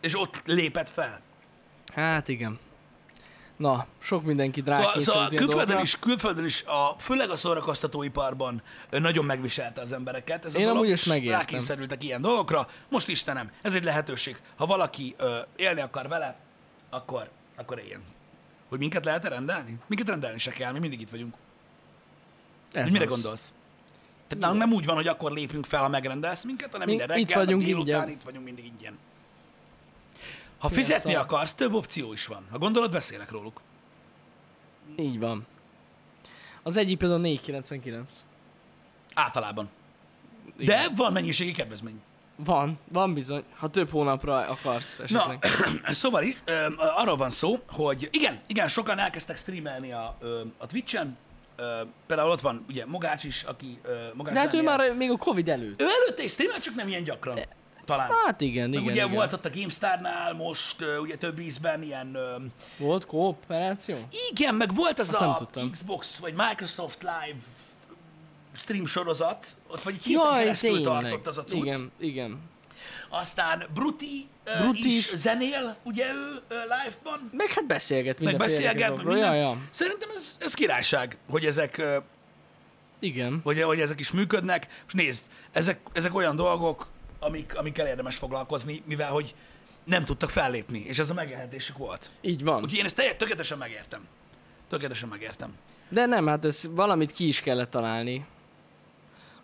Speaker 1: És ott lépett fel.
Speaker 2: Hát igen. Na, sok mindenki drág
Speaker 1: Szóval,
Speaker 2: készült
Speaker 1: szóval
Speaker 2: ilyen
Speaker 1: külföldön,
Speaker 2: dolgokra.
Speaker 1: is, külföldön is, a, főleg a szórakoztatóiparban ö, nagyon megviselte az embereket. Ez
Speaker 2: Én
Speaker 1: a dolog,
Speaker 2: amúgy ezt
Speaker 1: és
Speaker 2: megértem.
Speaker 1: Rákényszerültek ilyen dolgokra. Most Istenem, ez egy lehetőség. Ha valaki ö, élni akar vele, akkor, akkor éljen. Hogy minket lehet rendelni? Minket rendelni se kell, mi mindig itt vagyunk.
Speaker 2: Ez
Speaker 1: Ez mire
Speaker 2: az.
Speaker 1: gondolsz? Tehát nálunk nem úgy van, hogy akkor lépünk fel, ha megrendelsz minket, hanem
Speaker 2: Mi
Speaker 1: minden
Speaker 2: itt
Speaker 1: reggel, meg
Speaker 2: vagyunk
Speaker 1: délután,
Speaker 2: ingyen.
Speaker 1: itt vagyunk mindig ingyen. Ha fizetni
Speaker 2: szar.
Speaker 1: akarsz, több opció is van. Ha gondolod, beszélek róluk.
Speaker 2: Így van. Az egyik például 499.
Speaker 1: Általában.
Speaker 2: Igen.
Speaker 1: De van mennyiségi kedvezmény.
Speaker 2: Van, van bizony. Ha több hónapra akarsz
Speaker 1: Na,
Speaker 2: esetleg.
Speaker 1: szóval i- ö, arról van szó, hogy igen, igen, sokan elkezdtek streamelni a, ö, a Twitch-en. Ö, Például ott van ugye Mogács is, aki ö, Mogács
Speaker 2: De hát ő
Speaker 1: Dániel.
Speaker 2: már még a Covid előtt.
Speaker 1: Ő előtte is streamel, csak nem ilyen gyakran. Talán.
Speaker 2: Hát igen, igen,
Speaker 1: Meg ugye
Speaker 2: igen.
Speaker 1: volt ott a GameStar-nál most, ö, ugye több ízben ilyen... ö,
Speaker 2: Volt kooperáció?
Speaker 1: Igen, meg volt az
Speaker 2: Azt nem
Speaker 1: a
Speaker 2: tudtam.
Speaker 1: Xbox vagy Microsoft Live stream sorozat, ott vagy egy héten
Speaker 2: Jaj,
Speaker 1: keresztül
Speaker 2: tényleg.
Speaker 1: tartott az a cucc.
Speaker 2: Igen, igen.
Speaker 1: Aztán Bruti, ö,
Speaker 2: Bruti
Speaker 1: is
Speaker 2: is.
Speaker 1: zenél, ugye ő ö, live-ban,
Speaker 2: Meg hát beszélget
Speaker 1: meg
Speaker 2: minden
Speaker 1: beszélget, meg minden.
Speaker 2: Ja, ja.
Speaker 1: Szerintem ez, ez királyság, hogy ezek, ö,
Speaker 2: Igen.
Speaker 1: hogy, hogy ezek is működnek. És nézd, ezek, ezek olyan dolgok, amik, amikkel érdemes foglalkozni, mivel hogy nem tudtak fellépni, és ez a megélhetésük volt.
Speaker 2: Így van.
Speaker 1: Úgyhogy én ezt teljes- tökéletesen megértem. Tökéletesen megértem.
Speaker 2: De nem, hát ez valamit ki is kellett találni.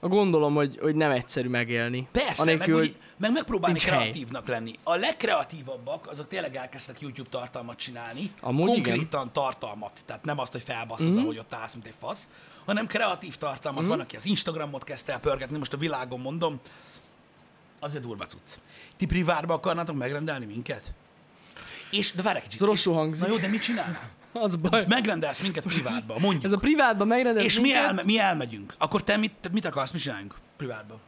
Speaker 2: A gondolom, hogy, hogy nem egyszerű megélni.
Speaker 1: Persze,
Speaker 2: Anélkül,
Speaker 1: meg,
Speaker 2: hogy
Speaker 1: hogy meg megpróbálni
Speaker 2: nincs hely.
Speaker 1: kreatívnak hely. lenni. A legkreatívabbak, azok tényleg elkezdtek YouTube tartalmat csinálni.
Speaker 2: Amúgy Mhm.
Speaker 1: konkrétan tartalmat. Tehát nem azt, hogy felbaszod, mm. hogy ott állsz, mint egy fasz, hanem kreatív tartalmat. Mm. Van, aki az Instagramot kezdte el pörgetni, most a világon mondom, az egy durva cucc. Ti privátba akarnátok megrendelni minket? És, de várj egy kicsit.
Speaker 2: Ez rosszul
Speaker 1: És-
Speaker 2: hangzik.
Speaker 1: Na jó, de mit csinálnál?
Speaker 2: az baj.
Speaker 1: Most megrendelsz minket privátba, mondjuk.
Speaker 2: Ez a privátban megrendez
Speaker 1: És mi,
Speaker 2: minket,
Speaker 1: elme, mi elmegyünk. Akkor te mit, te mit akarsz, mit csináljunk privátba?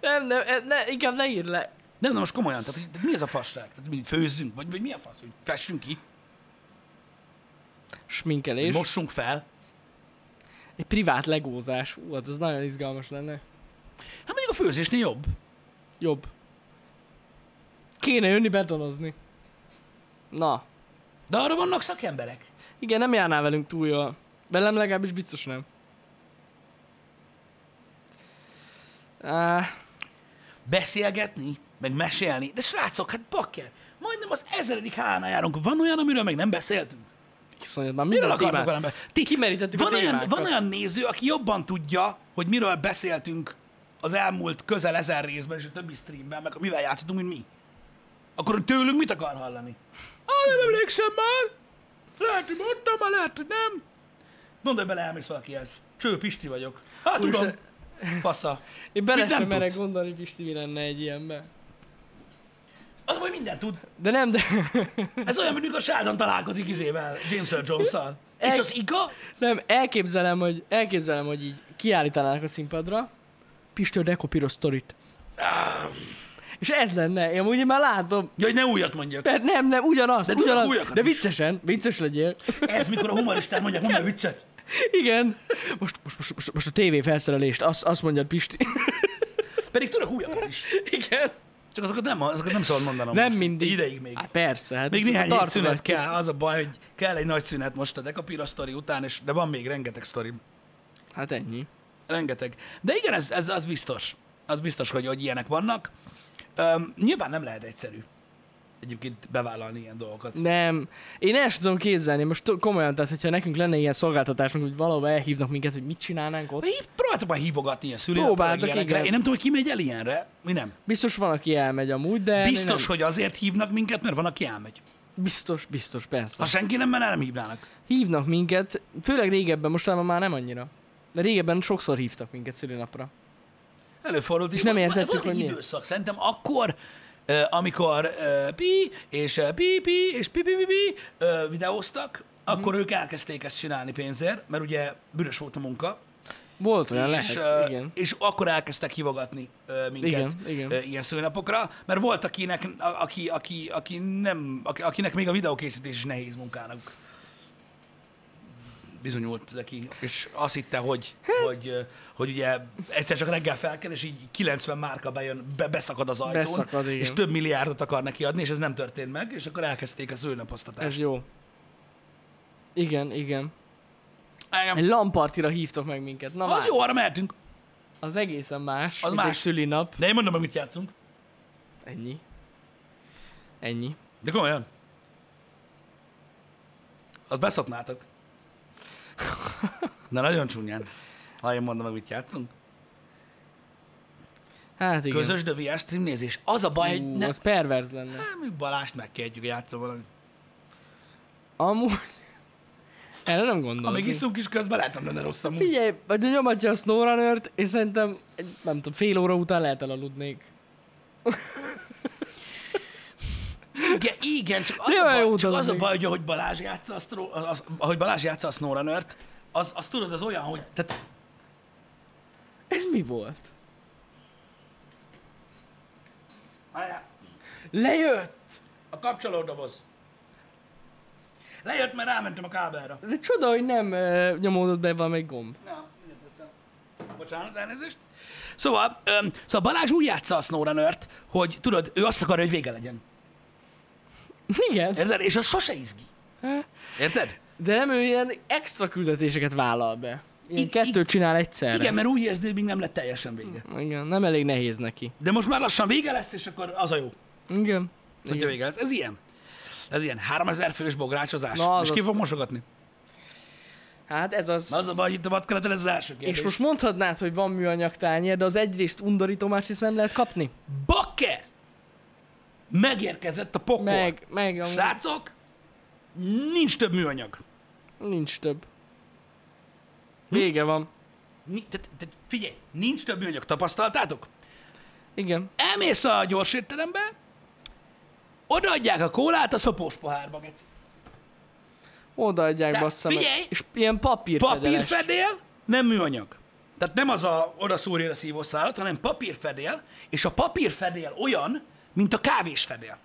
Speaker 2: Nem, nem, ne, inkább ne írd le.
Speaker 1: Nem, de most komolyan, tehát, hogy- tehát mi ez a fasság? Tehát mi főzzünk, vagy, vagy mi a fasz, hogy fessünk ki,
Speaker 2: Sminkelés.
Speaker 1: és?
Speaker 2: Most...
Speaker 1: mossunk fel.
Speaker 2: Egy privát legózás. Ú, hát ez nagyon izgalmas lenne.
Speaker 1: Hát mondjuk a főzésnél jobb.
Speaker 2: Jobb. Kéne jönni betonozni. Na.
Speaker 1: De arra vannak szakemberek.
Speaker 2: Igen, nem járnál velünk túl jól. Velem legalábbis biztos nem. Uh,
Speaker 1: Beszélgetni, meg mesélni. De srácok, hát bakker, majdnem az ezeredik hánál járunk. Van olyan, amiről meg nem beszéltünk?
Speaker 2: Kiszonyod, már
Speaker 1: Miről
Speaker 2: minden
Speaker 1: akarnak
Speaker 2: témát.
Speaker 1: velem be- Ti,
Speaker 2: Kimerítettük a
Speaker 1: van olyan,
Speaker 2: témákat.
Speaker 1: van olyan néző, aki jobban tudja, hogy miről beszéltünk az elmúlt közel ezer részben és a többi streamben, meg mivel játszottunk, mint mi. Akkor tőlünk mit akar hallani? Ah, nem emlékszem már! Lehet, hogy mondtam, már lehet, hogy nem. Gondolj bele, elmész valakihez. Cső, Pisti vagyok. Hát
Speaker 2: Úr,
Speaker 1: tudom.
Speaker 2: se-
Speaker 1: Fasza.
Speaker 2: Én bele
Speaker 1: Mit nem
Speaker 2: sem merek
Speaker 1: tudsz?
Speaker 2: gondolni, hogy Pisti mi lenne egy ilyenben.
Speaker 1: Az majd mindent tud.
Speaker 2: De nem, de...
Speaker 1: Ez olyan, mint mikor Sheldon találkozik izével, James Earl Jones-szal. És
Speaker 2: Egy-
Speaker 1: az iga?
Speaker 2: Nem, elképzelem, hogy, elképzelem, hogy így kiállítanának a színpadra. Pistől dekopíros sztorit. És ez lenne, én úgy már látom.
Speaker 1: Jaj, ne újat mondjak.
Speaker 2: De nem, nem, ugyanaz,
Speaker 1: De
Speaker 2: de
Speaker 1: tudok
Speaker 2: ugyanaz.
Speaker 1: újakat
Speaker 2: De
Speaker 1: is.
Speaker 2: viccesen, vicces legyél.
Speaker 1: Ez mikor a humoristán mondják, mondd meg viccet.
Speaker 2: Igen. Most, most, most, most, most a tévé felszerelést, azt, azt mondja Pisti.
Speaker 1: Pedig tudok újakat is.
Speaker 2: Igen.
Speaker 1: Csak azokat nem, azokat nem szabad mondanom
Speaker 2: Nem
Speaker 1: most.
Speaker 2: mindig.
Speaker 1: Ideig még.
Speaker 2: Hát persze, hát
Speaker 1: Még
Speaker 2: ez
Speaker 1: néhány hét
Speaker 2: tartogat
Speaker 1: szünet
Speaker 2: ki.
Speaker 1: kell, az a baj, hogy kell egy nagy szünet most a Dekapira sztori után, és, de van még rengeteg sztori.
Speaker 2: Hát ennyi.
Speaker 1: Rengeteg. De igen, ez, ez az biztos. Az biztos, hogy, hogy ilyenek vannak. Öm, nyilván nem lehet egyszerű egyébként bevállalni ilyen dolgokat.
Speaker 2: Nem. Én el sem tudom képzelni, most t- komolyan, tehát hogyha nekünk lenne ilyen szolgáltatásunk, hogy valahol elhívnak minket, hogy mit csinálnánk ott.
Speaker 1: Hív, próbáltam már hívogatni ilyen szülőnapra,
Speaker 2: Próbáltak,
Speaker 1: meg ilyenekre.
Speaker 2: igen.
Speaker 1: Én nem tudom, hogy ki megy el ilyenre, mi nem.
Speaker 2: Biztos van, aki elmegy amúgy, de...
Speaker 1: Biztos,
Speaker 2: nem.
Speaker 1: hogy azért hívnak minket, mert van, aki elmegy.
Speaker 2: Biztos, biztos, persze.
Speaker 1: Ha senki nem menne, nem hívnának.
Speaker 2: Hívnak minket, főleg régebben, mostanában már nem annyira. De régebben sokszor hívtak minket szülőnapra.
Speaker 1: Előfordult,
Speaker 2: És nem
Speaker 1: volt-
Speaker 2: értettük,
Speaker 1: volt egy
Speaker 2: hogy miért.
Speaker 1: időszak, szerintem akkor ö, amikor ö, pi, és ö, pi, pi, és pi, pi, pi, pi ö, videóztak,
Speaker 2: Mhm.
Speaker 1: akkor ők elkezdték ezt csinálni pénzért, mert ugye bűnös volt a munka,
Speaker 2: Volt olyan
Speaker 1: és,
Speaker 2: lehet,
Speaker 1: ö,
Speaker 2: igen.
Speaker 1: és akkor elkezdtek hívogatni ö, minket
Speaker 2: Igen, igen.
Speaker 1: ö, ilyen szülnapokra, mert volt akinek, a- aki, aki, aki nem, aki- akinek még a videókészítés is nehéz munkának bizonyult neki, és azt hitte, hogy,
Speaker 2: Hát.
Speaker 1: hogy, ö, hogy ugye egyszer csak reggel felkel, és így 90 márka bejön, be, beszakad az ajtón,
Speaker 2: Beszakad, igen.
Speaker 1: és több milliárdot akar neki adni, és ez nem történt meg, és akkor elkezdték az ő naposztatást.
Speaker 2: Ez jó. Igen, igen.
Speaker 1: Engem-
Speaker 2: Egy lampartira hívtok meg minket. Na
Speaker 1: Az
Speaker 2: várj,
Speaker 1: jó, arra mehetünk.
Speaker 2: az egészen más,
Speaker 1: Az
Speaker 2: mint
Speaker 1: más.
Speaker 2: egy szülinap.
Speaker 1: De én mondom, amit játszunk.
Speaker 2: Ennyi. Ennyi.
Speaker 1: De komolyan. Azt beszopnátok. De nagyon csúnyán. Ha én mondom meg, mit játszunk.
Speaker 2: Hát igen.
Speaker 1: Közös The VR stream nézés. Az a baj, hogy
Speaker 2: Ú,
Speaker 1: ne...
Speaker 2: az perverz lenne.
Speaker 1: Hát, Mi Balást megkérjük, hogy játszol valamit.
Speaker 2: Amúgy... Erre nem gondoltam.
Speaker 1: Ha még iszunk is közben, lehet nem lenne rossz a munka.
Speaker 2: Figyelj, vagy nyomatja a snowrunner és szerintem, egy, nem tudom, fél óra után lehet elaludnék.
Speaker 1: Igen, igen, csak az, a
Speaker 2: Jaj,
Speaker 1: baj,
Speaker 2: jó
Speaker 1: csak az a
Speaker 2: dolog.
Speaker 1: baj, hogy ahogy Balázs játsza a, Stro- az, ahogy Balázs játsza a SnowRunner-t, az, az tudod, az olyan, hogy tehát
Speaker 2: Ez mi volt?
Speaker 1: Várjál,
Speaker 2: Lejött!
Speaker 1: a kapcsolódoboz. Lejött, mert rámentem a kábelra.
Speaker 2: De csoda, hogy nem uh, nyomódott be valami gomb.
Speaker 1: Na, mindent teszem. Bocsánat, elnézést. Szóval, öm, szóval Balázs úgy játsza a SnowRunner-t, hogy tudod, ő azt akarja, hogy vége legyen.
Speaker 2: Igen.
Speaker 1: Érted? És az sose izgi. Érted?
Speaker 2: De nem ő ilyen extra küldetéseket vállal be. Ilyen
Speaker 1: I-
Speaker 2: kettőt csinál egyszerre.
Speaker 1: Igen, mert úgy érzi, hogy még nem lett teljesen vége.
Speaker 2: Igen, nem elég nehéz neki.
Speaker 1: De most már lassan vége lesz, és akkor az a jó.
Speaker 2: Igen.
Speaker 1: Hogyha
Speaker 2: Igen.
Speaker 1: vége lesz. Ez ilyen. Ez ilyen 3000 fős bográcsozás.
Speaker 2: Na,
Speaker 1: Na,
Speaker 2: az
Speaker 1: és ki
Speaker 2: azt-
Speaker 1: fog mosogatni?
Speaker 2: Hát ez az.
Speaker 1: Na, az a baj, hogy itt a vadkeleten ez az első kérdés.
Speaker 2: és most mondhatnád, hogy van műanyag tányér, de az egyrészt undorító, másrészt nem lehet kapni.
Speaker 1: Bakker! Megérkezett a pokol.
Speaker 2: Meg, meg, amúgy
Speaker 1: Srácok, nincs több műanyag.
Speaker 2: nincs több.
Speaker 1: Hm?
Speaker 2: Vége van.
Speaker 1: Ni- tehát, tehát figyelj, nincs több műanyag, tapasztaltátok?
Speaker 2: Igen.
Speaker 1: Elmész a gyors étterembe, odaadják a kólát a szopós pohárba, geci.
Speaker 2: Odaadják
Speaker 1: Te
Speaker 2: bassza meg.
Speaker 1: figyelj!
Speaker 2: És ilyen papírfedeles.
Speaker 1: Papírfedél, nem műanyag. Tehát nem az a oda szúrja a szívószálat, hanem papírfedél, és a papírfedél olyan, mint a kávésfedél.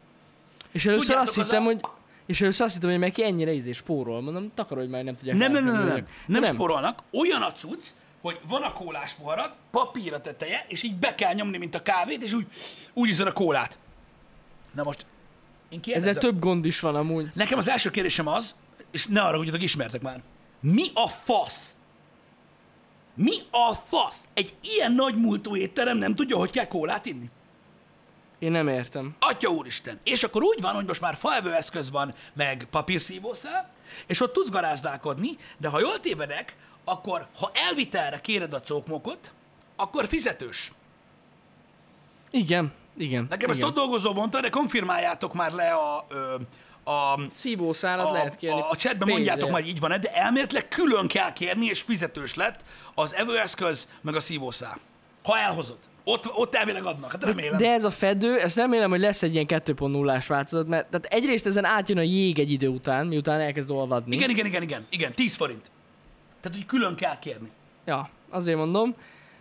Speaker 2: És először
Speaker 1: Tudjátok,
Speaker 2: azt
Speaker 1: az
Speaker 2: hittem,
Speaker 1: a-
Speaker 2: hogy... És először azt hittem, hogy neki ennyire ízés spórol. Mondom, takarodj már, nem tudják.
Speaker 1: Nem, nem, nem,
Speaker 2: eltenni
Speaker 1: nem, nem,
Speaker 2: műanyag.
Speaker 1: nem, nem. sporolnak. Olyan a cucc, hogy van a kólás poharad, papír a teteje, és így be kell nyomni, mint a kávét, és úgy, úgy iszod a kólát. Na most, én
Speaker 2: Ezzel
Speaker 1: kérdezem.
Speaker 2: több gond is van amúgy.
Speaker 1: Nekem az első kérdésem az, és ne arra, hogy ismertek már. Mi a fasz? Mi a fasz? Egy ilyen nagy múltú étterem nem tudja, hogy kell kólát inni.
Speaker 2: Én nem értem.
Speaker 1: Atya úristen! És akkor úgy van, hogy most már faevő eszköz van, meg papírszívószál, és ott tudsz garázdálkodni, de ha jól tévedek, akkor ha elvitelre kéred a cókmokot, akkor fizetős.
Speaker 2: Igen, igen.
Speaker 1: Nekem ezt
Speaker 2: igen.
Speaker 1: ott dolgozó mondta, de konfirmáljátok már le a, ö, a
Speaker 2: Szívószálat
Speaker 1: a,
Speaker 2: lehet kérni.
Speaker 1: A, a chatben
Speaker 2: pénzért.
Speaker 1: mondjátok majd, így van de elméletileg külön kell kérni, és fizetős lett az evőeszköz, meg a szívószál. Ha elhozod. Ott, ott elvileg adnak, hát remélem.
Speaker 2: De ez a fedő, ezt remélem, hogy lesz egy ilyen 2.0-ás változat, mert tehát egyrészt ezen átjön a jég egy idő után, miután elkezd olvadni.
Speaker 1: Igen, igen, igen, igen, igen, 10 forint. Tehát, hogy külön kell kérni.
Speaker 2: Ja, azért mondom.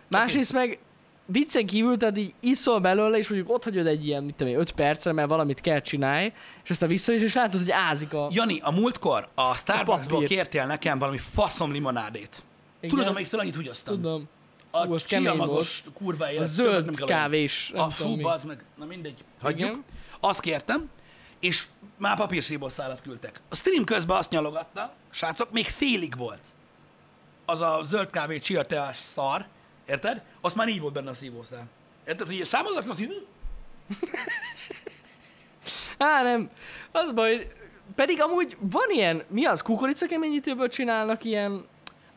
Speaker 2: Másrészt meg viccen kívül, tehát így iszol belőle, és mondjuk ott hagyod egy ilyen, mit tudom én, 5 percre, mert valamit kell csinálj, és aztán vissza is, és látod, hogy ázik a...
Speaker 1: Jani, a múltkor a Starbucksból
Speaker 2: papír.
Speaker 1: kértél nekem valami faszom limonádét. Igen. Tudod, amelyiktől annyit húgyoztam?
Speaker 2: Tudom.
Speaker 1: A
Speaker 2: Ú,
Speaker 1: Hú,
Speaker 2: az kemény
Speaker 1: csillamagos kurva élet.
Speaker 2: A
Speaker 1: többet nem
Speaker 2: zöld
Speaker 1: kell venni.
Speaker 2: kávés. nem
Speaker 1: A
Speaker 2: tudom
Speaker 1: fú,
Speaker 2: mi.
Speaker 1: bazd meg. Na mindegy, hagyjuk.
Speaker 2: Igen.
Speaker 1: Azt kértem, és már papírszívószálat küldtek. A stream közben azt nyalogatta, srácok, még félig volt. Az a zöld kávé chia teás szar, érted? Azt már így volt benne a szívószál. Érted, hogy számozatlan az így-
Speaker 2: Á, nem. Az baj, hogy- pedig amúgy van ilyen, mi az, kukoricakeményítőből csinálnak ilyen,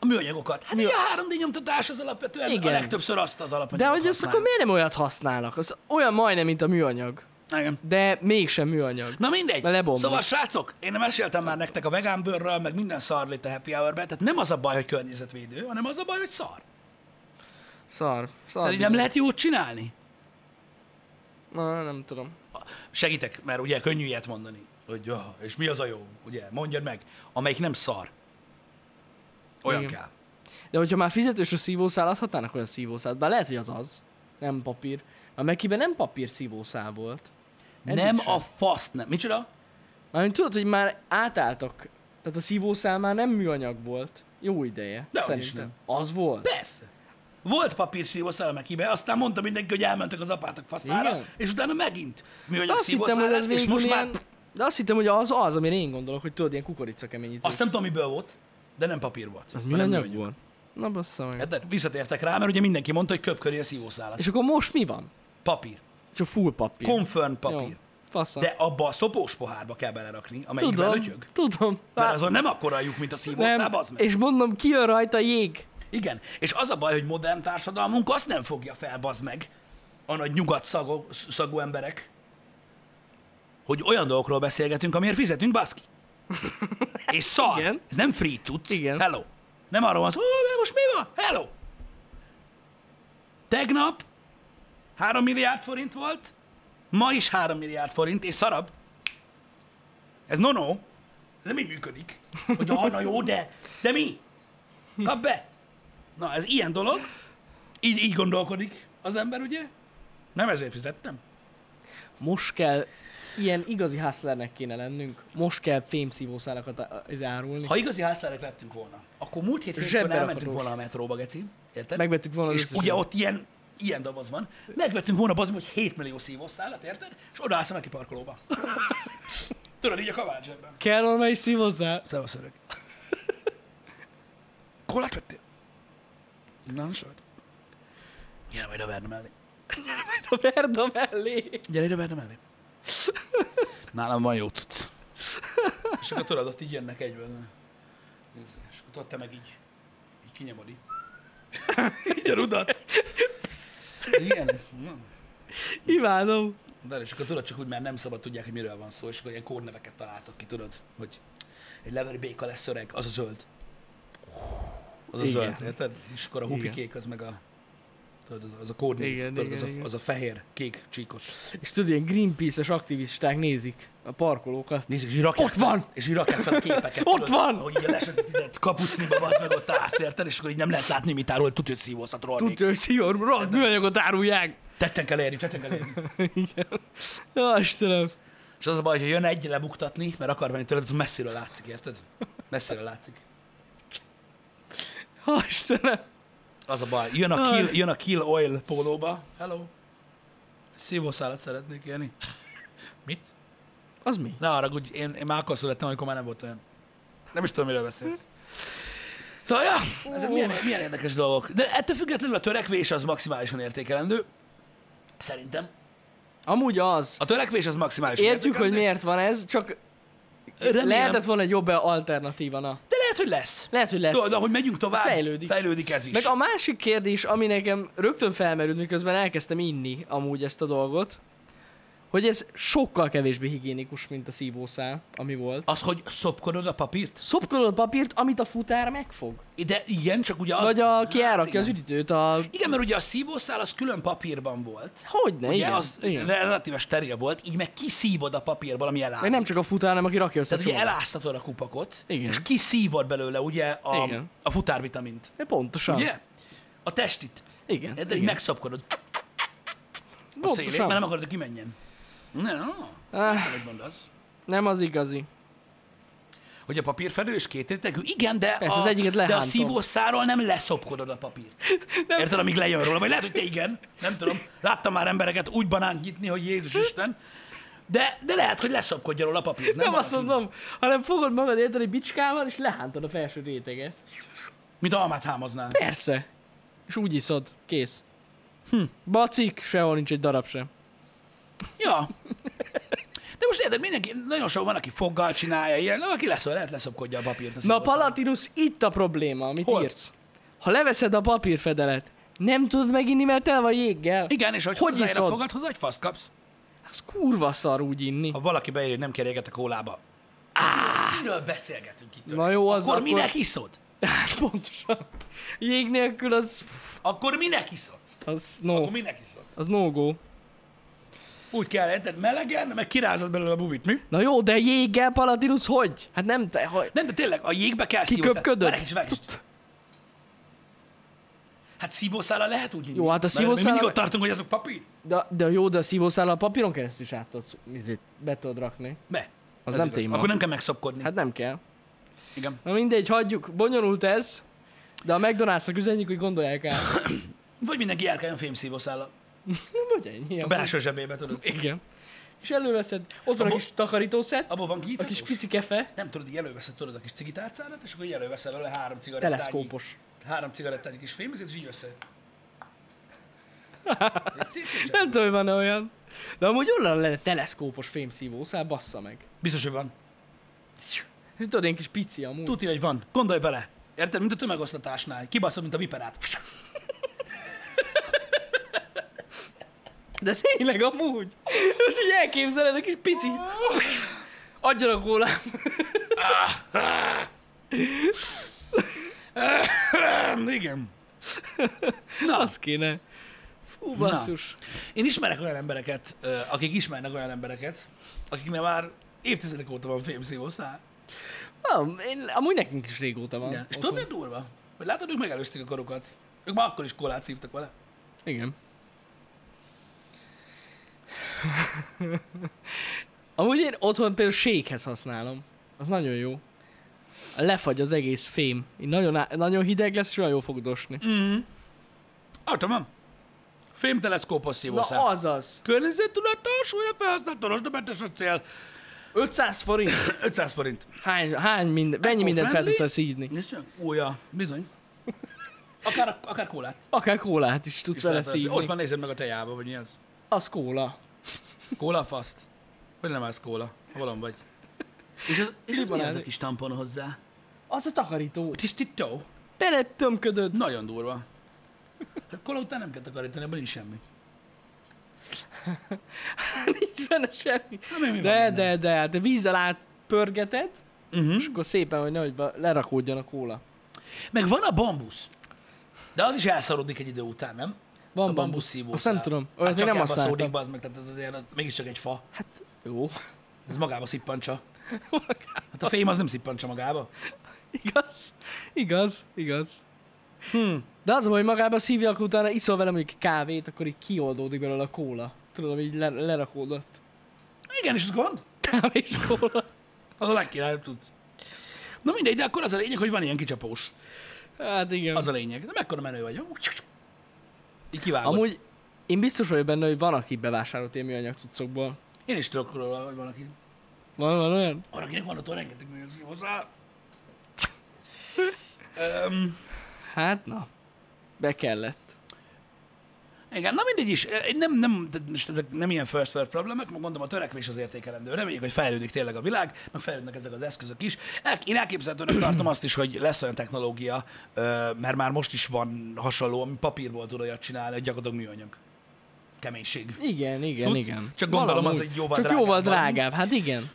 Speaker 1: a műanyagokat. Hát
Speaker 2: Mi
Speaker 1: ugye
Speaker 2: a-
Speaker 1: a 3D nyomtatás az alapvetően Igen. a
Speaker 2: Igen.
Speaker 1: legtöbbször azt az alapanyagot
Speaker 2: de hogy azt akkor
Speaker 1: használja.
Speaker 2: miért nem olyat használnak? Az olyan majdnem, mint a műanyag,
Speaker 1: Igen.
Speaker 2: de mégsem műanyag.
Speaker 1: Na mindegy.
Speaker 2: Mert lebomlik.
Speaker 1: Szóval srácok, én nem meséltem már nektek a vegán bőrről, meg minden szarról itt a happy hour tehát nem az a baj, hogy környezetvédő, hanem az a baj, hogy szar.
Speaker 2: Szar. Szar.
Speaker 1: Tehát így nem lehet jót csinálni.
Speaker 2: Na, nem tudom.
Speaker 1: segítek, mert ugye könnyű ilyet mondani, hogy ja, és mi az a jó, ugye, mondjad meg, amelyik nem szar. Olyan
Speaker 2: Igen.
Speaker 1: kell.
Speaker 2: De hogyha már fizetős a szívószál, adhatnának olyan szívószált. Bár lehet, hogy az az. Nem papír. A Mekiben nem papír szívószál volt. Eddig
Speaker 1: nem
Speaker 2: sem.
Speaker 1: a faszt, nem. Micsoda?
Speaker 2: Mármint tudod, hogy már átálltak. Tehát a szívószál már nem műanyag volt. Jó ideje.
Speaker 1: De az
Speaker 2: szerintem.
Speaker 1: is nem.
Speaker 2: Az volt.
Speaker 1: Persze. Volt papír szívószál mekibe, aztán mondta mindenki, hogy elmentek az apátok faszára,
Speaker 2: Igen?
Speaker 1: és utána megint
Speaker 2: De
Speaker 1: műanyag
Speaker 2: azt hittem,
Speaker 1: szívószál
Speaker 2: hogy ez
Speaker 1: lesz, és
Speaker 2: végül
Speaker 1: most már...
Speaker 2: ilyen... De azt hittem, hogy az az, amire én gondolok, hogy tudod, ilyen kukoricakeményítő.
Speaker 1: Azt nem tudom, miből volt, de nem papír volt. Hát-
Speaker 2: Az
Speaker 1: hanem
Speaker 2: műanyag volt? Na bassza meg.
Speaker 1: Érted? Visszatértek rá, mert ugye mindenki mondta, hogy köpköri a szívószálat.
Speaker 2: És akkor most mi van?
Speaker 1: Papír.
Speaker 2: Csak full papír.
Speaker 1: Confirm papír.
Speaker 2: Jó. Fasza.
Speaker 1: De abba a szopós pohárba kell belerakni, amelyikben
Speaker 2: tudom,
Speaker 1: lötyög.
Speaker 2: tudom.
Speaker 1: Mert
Speaker 2: Hát,
Speaker 1: azon nem akkora lyuk, mint a szívószál, az meg.
Speaker 2: És mondom, kijön rajta jég.
Speaker 1: Igen, és az a baj, hogy modern társadalmunk azt nem fogja fel, bazd meg, a nagy nyugat szagú, szagú emberek, hogy olyan dolgokról beszélgetünk, amiért fizetünk, baszki. És szar.
Speaker 2: Igen.
Speaker 1: Ez nem free cucc.
Speaker 2: Igen.
Speaker 1: Hello. Nem arról van szó, "Ó, most mi van? Hello. Tegnap 3 milliárd forint volt, ma is 3 milliárd forint, és szarab. Ez no-no. Ez nem így működik. Hogy ah, na jó, de, de mi? Kap be! Na, ez ilyen dolog. Így, így gondolkodik az ember, ugye? Nem ezért fizettem.
Speaker 2: Most kell ilyen igazi hustlernek kéne lennünk. Most kell fémszívószálakat á- á- árulni.
Speaker 1: Ha igazi hászlerek lettünk volna, akkor múlt hét hétfőn
Speaker 2: Zsebbe
Speaker 1: elmentünk
Speaker 2: rakarós.
Speaker 1: volna a metróba, geci. Érted?
Speaker 2: Megvettük volna az
Speaker 1: És
Speaker 2: összeset.
Speaker 1: ugye ott ilyen, ilyen doboz van. Megvettünk volna az, hogy 7 millió szívószálat, érted? És odaállsz a neki parkolóba. Tudod, így a kavács zsebben.
Speaker 2: Kell volna is szívószál.
Speaker 1: Szevasz öreg. Kollát vettél? Na, sajt. Gyere majd a verne mellé.
Speaker 2: A verda mellé.
Speaker 1: Gyere ide, vedd mellé. Nálam van jó cucc. És akkor tudod, ott így jönnek egyben. Nézd, És akkor tudod, te meg így, így kinyomod így. Így a rudat. Igen. Na,
Speaker 2: Imádom.
Speaker 1: De és akkor tudod, csak úgy már nem szabad tudják, hogy miről van szó, és akkor ilyen kódneveket találtak ki, tudod, hogy egy leveri béka lesz öreg, az a zöld. Az a
Speaker 2: Igen.
Speaker 1: zöld, érted? És akkor a hupi
Speaker 2: Igen.
Speaker 1: kék, az meg a, tudod, az a, az a kódnév,
Speaker 2: Igen,
Speaker 1: tudod,
Speaker 2: igen,
Speaker 1: az,
Speaker 2: igen.
Speaker 1: a, az a fehér, kék, csíkos.
Speaker 2: És tudod, ilyen Greenpeace-es aktivisták nézik a parkolókat.
Speaker 1: Nézzük, és így rakják
Speaker 2: Ott
Speaker 1: fel-
Speaker 2: van!
Speaker 1: És így rakják fel a képeket.
Speaker 2: Ott van!
Speaker 1: Hogy ilyen lesetett ide kapucniba, az meg ott állsz, érted? És akkor így nem lehet látni, mit árul, tudja, hogy szívószat rohannék.
Speaker 2: Tudja, hogy szívor, rohadt műanyagot árulják.
Speaker 1: Tetten kell érni, tetten kell érni.
Speaker 2: Ja, Istenem.
Speaker 1: És az a baj, hogy jön egy lebuktatni, mert akar venni tőled, az messziről látszik, érted? Messziről látszik.
Speaker 2: Ja, Istenem.
Speaker 1: Az a baj. Jön a kill, jön a kill oil pólóba. Hello. Szívószálat szeretnék élni. Mit?
Speaker 2: Az mi?
Speaker 1: Ne arra, úgy, én, én már akkor születtem, amikor már nem volt olyan. Nem is tudom, miről beszélsz. Szóval, ja, ezek milyen, milyen érdekes dolgok. De ettől függetlenül a törekvés az maximálisan értékelendő. Szerintem.
Speaker 2: Amúgy az.
Speaker 1: A törekvés az maximálisan
Speaker 2: Értjük, hogy
Speaker 1: értékelendő.
Speaker 2: miért van ez, csak
Speaker 1: Remélem.
Speaker 2: lehetett volna egy jobb alternatíva. Na.
Speaker 1: De lehet, hogy lesz.
Speaker 2: Lehet, hogy lesz.
Speaker 1: Tudod, ahogy megyünk tovább,
Speaker 2: Fejlődik.
Speaker 1: fejlődik ez is.
Speaker 2: Meg a másik kérdés, ami nekem rögtön felmerült, miközben elkezdtem inni amúgy ezt a dolgot, hogy ez sokkal kevésbé higiénikus, mint a szívószál, ami volt.
Speaker 1: Az, hogy szopkodod a papírt?
Speaker 2: Szopkolod papírt, amit a futár megfog.
Speaker 1: De igen, csak ugye az...
Speaker 2: Vagy aki
Speaker 1: Hát
Speaker 2: elrakja az
Speaker 1: igen.
Speaker 2: üdítőt a...
Speaker 1: Igen, mert ugye a szívószál az külön papírban volt.
Speaker 2: Hogyne,
Speaker 1: Ugye
Speaker 2: igen.
Speaker 1: az
Speaker 2: igen.
Speaker 1: re- relatíve steril volt, így meg kiszívod a papírból, ami elázik.
Speaker 2: Meg nem csak a futár, hanem aki rakja össze
Speaker 1: Tehát ugye
Speaker 2: csomagba.
Speaker 1: eláztatod a kupakot,
Speaker 2: Igen.
Speaker 1: és kiszívod belőle ugye a,
Speaker 2: Igen.
Speaker 1: a futárvitamint.
Speaker 2: E, Pontosan.
Speaker 1: Ugye? A testit.
Speaker 2: Igen.
Speaker 1: Érted? Így
Speaker 2: igen.
Speaker 1: megszapkodod a
Speaker 2: Pontosan.
Speaker 1: szélét, mert nem akarod, hogy kimenjen. Ne, no.
Speaker 2: Ah,
Speaker 1: Mit mondasz?
Speaker 2: nem az igazi.
Speaker 1: Hogy a papírfedő és két rétegű? Igen, de,
Speaker 2: Persze,
Speaker 1: a,
Speaker 2: az egyiket
Speaker 1: de a
Speaker 2: lehántom.
Speaker 1: szívószáról nem leszopkodod a papírt. Nem. Érted, amíg lejön róla? Vagy lehet, hogy te igen. Nem tudom. Láttam már embereket úgy banánt nyitni, hogy Jézus Isten. De, de lehet, hogy leszopkodja róla a papírt.
Speaker 2: Nem,
Speaker 1: van
Speaker 2: azt
Speaker 1: az így.
Speaker 2: mondom, hanem fogod magad érteni bicskával, és lehántod a felső réteget.
Speaker 1: Mint almát hámoznál.
Speaker 2: Persze. És úgy iszod. Kész. Hm. Bacik, sehol nincs egy darab sem.
Speaker 1: Ja. De most érted, mindenki, nagyon sok van, aki foggal csinálja, ilyen, aki lesz, lehet leszopkodja a papírt.
Speaker 2: Na, Palatinus, itt a probléma, amit
Speaker 1: Hol?
Speaker 2: Hol? írsz. Ha leveszed a papírfedelet, nem tudod meginni, mert el van jéggel.
Speaker 1: Igen, és hogy,
Speaker 2: Hogy
Speaker 1: hogy hozzáér a
Speaker 2: iszod?
Speaker 1: fogad, hozzá egy faszt kapsz.
Speaker 2: Az kurva szar úgy inni.
Speaker 1: Ha valaki beírja, hogy nem keréget a kólába. Miről beszélgetünk itt?
Speaker 2: Na jó, az
Speaker 1: akkor,
Speaker 2: akkor-
Speaker 1: minek iszod?
Speaker 2: Hát pontosan. Jég nélkül az...
Speaker 1: Akkor minek iszod?
Speaker 2: Az no.
Speaker 1: Akkor minek iszod?
Speaker 2: Az no go.
Speaker 1: Úgy kell, érted, melegen, meg kirázod belőle a bubit, mi?
Speaker 2: Na jó, de jéggel Palatinus hogy? Hát nem te, hogy...
Speaker 1: Nem, de tényleg, a jégbe kell
Speaker 2: Kiköpködöd?
Speaker 1: Várj egy kicsit, várj egy kicsit. Hát szívószála lehet úgy inni.
Speaker 2: Jó, hát a
Speaker 1: Mert még
Speaker 2: szívószállal-
Speaker 1: Mindig ott tartunk, hogy azok papír?
Speaker 2: De, de jó, de a szívószállal a papíron keresztül is át tudsz, izét, be tudod rakni.
Speaker 1: Be.
Speaker 2: Az
Speaker 1: Ez
Speaker 2: nem
Speaker 1: igaz.
Speaker 2: téma.
Speaker 1: Akkor nem kell megszopkodni. Hát,
Speaker 2: Hát nem kell.
Speaker 1: Igen.
Speaker 2: Na mindegy, hagyjuk, bonyolult ez, de a McDonald's-nak üzenjük, hogy gondolják el.
Speaker 1: Vagy mindenki járkáljon fémszívószállal.
Speaker 2: Vagy ennyi.
Speaker 1: A
Speaker 2: amúgy.
Speaker 1: belső zsebébe, tudod.
Speaker 2: Igen. És előveszed, ott van a
Speaker 1: Abba-
Speaker 2: kis takarítószett,
Speaker 1: Abba van
Speaker 2: a
Speaker 1: kinyithatós?
Speaker 2: kis pici kefe,
Speaker 1: Nem tudod, így előveszed tudod a kis cigitárcádat, és akkor így előveszel vele három cigarettányi...
Speaker 2: teleszkópos.
Speaker 1: Három cigarettányi kis fémezét, és így össze. Ez szép, szép zseb.
Speaker 2: Nem tudom, hogy van-e olyan. De amúgy onnan lenne teleszkópos fémszívószál, bassza meg.
Speaker 1: Biztos, hogy van.
Speaker 2: És tudod, én kis pici amúgy.
Speaker 1: Tudja, hogy van. Gondolj bele. Érted? Mint a tömegosztatásnál. Kibaszod, mint a viperát.
Speaker 2: De tényleg amúgy. Most így elképzeled, a kis pici. Adjanak róla.
Speaker 1: Igen. Na,
Speaker 2: Az kéne. Fú, basszus.
Speaker 1: én ismerek olyan embereket, ö, akik ismernek olyan embereket, akiknek már évtizedek óta van fémszívószál.
Speaker 2: Na. Én, amúgy nekünk is régóta van.
Speaker 1: Igen. És
Speaker 2: otthon.
Speaker 1: tudod, milyen durva? Hogy látod, ők megelőzték a korukat. Ők már akkor is kólát szívtak vele.
Speaker 2: Igen. Amúgy én otthon például sékhez használom. Az nagyon jó. Lefagy az egész fém. Így nagyon, á- nagyon hideg lesz, és olyan jól fog dosni.
Speaker 1: Adtam, van. Fémteleszkópos
Speaker 2: Na
Speaker 1: szívószál.
Speaker 2: azaz.
Speaker 1: Környezettudatos, újra felhasznált torosdobentes a cél.
Speaker 2: 500 forint.
Speaker 1: 500 forint.
Speaker 2: Hány, hány minden, mennyi mindent fel
Speaker 1: friendly?
Speaker 2: tudsz szídni?
Speaker 1: Nézd csak. Újja, bizony. Akár, akár kólát.
Speaker 2: Akár kólát is tudsz
Speaker 1: is
Speaker 2: vele
Speaker 1: lehet az-
Speaker 2: szívni.
Speaker 1: Ott van, nézem meg a tejába, vagy mi az.
Speaker 2: Az kóla.
Speaker 1: Kóla faszt? Vagy nem állsz kóla? Valami vagy. És az, és az mi
Speaker 2: Limonádé.
Speaker 1: az a kis tampon hozzá?
Speaker 2: Az a takarító.
Speaker 1: Kis titó.
Speaker 2: Bele tömködöd.
Speaker 1: Nagyon durva. Hát kóla után nem kell takarítani, abban nincs semmi.
Speaker 2: Nincs benne semmi.
Speaker 1: Na, mi, mi van benne?
Speaker 2: De, de, de, de vízzel át pörgeted,
Speaker 1: Uh-huh.
Speaker 2: és akkor szépen, hogy nehogy be- lerakódjon a kóla.
Speaker 1: Meg van a bambusz. De az is elszorodik egy idő után, nem? a
Speaker 2: Van bambusz.
Speaker 1: bambusz szívószál. Hát
Speaker 2: Azt nem tudom. Olyat még
Speaker 1: csak
Speaker 2: nem
Speaker 1: elbaszódik,
Speaker 2: használtam.
Speaker 1: bazd meg, tehát ez azért az mégiscsak egy fa.
Speaker 2: Hát jó.
Speaker 1: Ez magába szippancsa. Hát a fém az nem szippancsa magába.
Speaker 2: igaz, igaz, igaz.
Speaker 1: Hm.
Speaker 2: Hmm. De az, a baj, hogy magába szívja, akkor utána iszol vele mondjuk kávét, akkor így kioldódik belőle a kóla. Tudod, így le- lerakódott.
Speaker 1: Igen, és ez gond.
Speaker 2: Kávés kóla.
Speaker 1: Az a legkirályabb tudsz. Na mindegy, de akkor az a lényeg, hogy van ilyen kicsapós.
Speaker 2: Hát igen.
Speaker 1: Az a lényeg. De mekkora menő vagy. Így kivágod. Amúgy...
Speaker 2: Amúgy én biztos vagyok benne, hogy van, aki bevásárolt ilyen műanyag cuccokból.
Speaker 1: Én is tudok róla, hogy van, aki...
Speaker 2: Van, van olyan?
Speaker 1: Van, akinek van ott rengeteg műanyag szív hozzá. um,
Speaker 2: Hát na. Be kellett.
Speaker 1: igen, na mindegy is. Én Nem, nem, de most ezek nem ilyen first world problémák, meg mondom, a törekvés az értékelendő. Reméljük, hogy fejlődik tényleg a világ, meg fejlődnek ezek az eszközök is. El, én elképzelhetőnek tartom azt is, hogy lesz olyan technológia, ö, mert már most is van hasonló, ami papírból tud olyat csinálni, hogy gyakorlatilag műanyag. Keménység.
Speaker 2: Igen, igen,
Speaker 1: Cucc.
Speaker 2: igen.
Speaker 1: Csak gondolom, az
Speaker 2: Valahogy.
Speaker 1: egy jóval
Speaker 2: Csak
Speaker 1: drágább
Speaker 2: jóval
Speaker 1: valami.
Speaker 2: drágább, hát igen.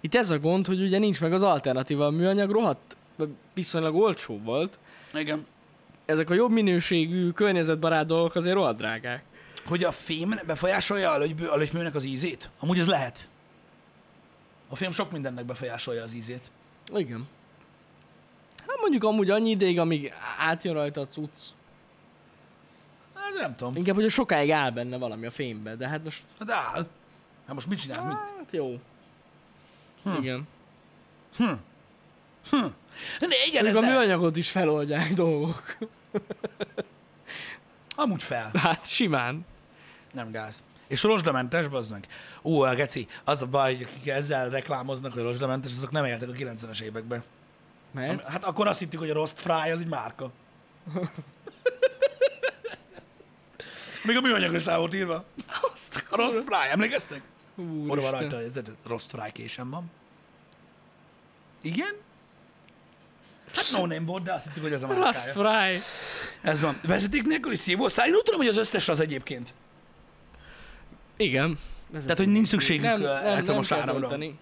Speaker 2: Itt ez a gond, hogy ugye nincs meg az alternatíva. A műanyag rohadt, vagy viszonylag olcsó volt.
Speaker 1: Igen.
Speaker 2: Ezek a jobb minőségű, környezetbarát dolgok azért rohadt drágák.
Speaker 1: Hogy a fém befolyásolja a, lögybő, a lögyműnek az ízét? Amúgy ez lehet. A film sok mindennek befolyásolja az ízét.
Speaker 2: Igen. Hát mondjuk amúgy annyi ideig, amíg átjön rajta a cucc.
Speaker 1: Hát nem tudom.
Speaker 2: Inkább, hogy sokáig áll benne valami a fémbe, de hát most...
Speaker 1: Hát áll. Hát most mit csinál? Mit?
Speaker 2: Hát jó. Hm. Igen.
Speaker 1: Hm. De igen, ez
Speaker 2: Még a
Speaker 1: lehet.
Speaker 2: műanyagot is feloldják dolgok.
Speaker 1: Amúgy fel.
Speaker 2: Hát simán.
Speaker 1: Nem gáz. És rozsdamentes, bazd meg. Ú, a geci, az a baj, hogy akik ezzel reklámoznak, hogy rozsdamentes, azok nem éltek a 90-es években.
Speaker 2: Mert?
Speaker 1: Hát akkor azt hittük, hogy a Rost Fry az egy márka. Még a műanyagra is rá volt írva.
Speaker 2: Azt a
Speaker 1: A Rost Fry, emlékeztek? Oda van rajta,
Speaker 2: Úristen.
Speaker 1: hogy ez egy rossz frájkésem van. Igen? Hát no name volt, de azt hittük, hogy ez a
Speaker 2: Rust
Speaker 1: márkája.
Speaker 2: fry.
Speaker 1: Ez van. Vezeték nélküli szívószál. Én úgy tudom, hogy az összes az egyébként.
Speaker 2: Igen. Vezető.
Speaker 1: Tehát, hogy nincs szükségük
Speaker 2: nem, nem, nem kell
Speaker 1: elektromos áramra.
Speaker 2: tölteni.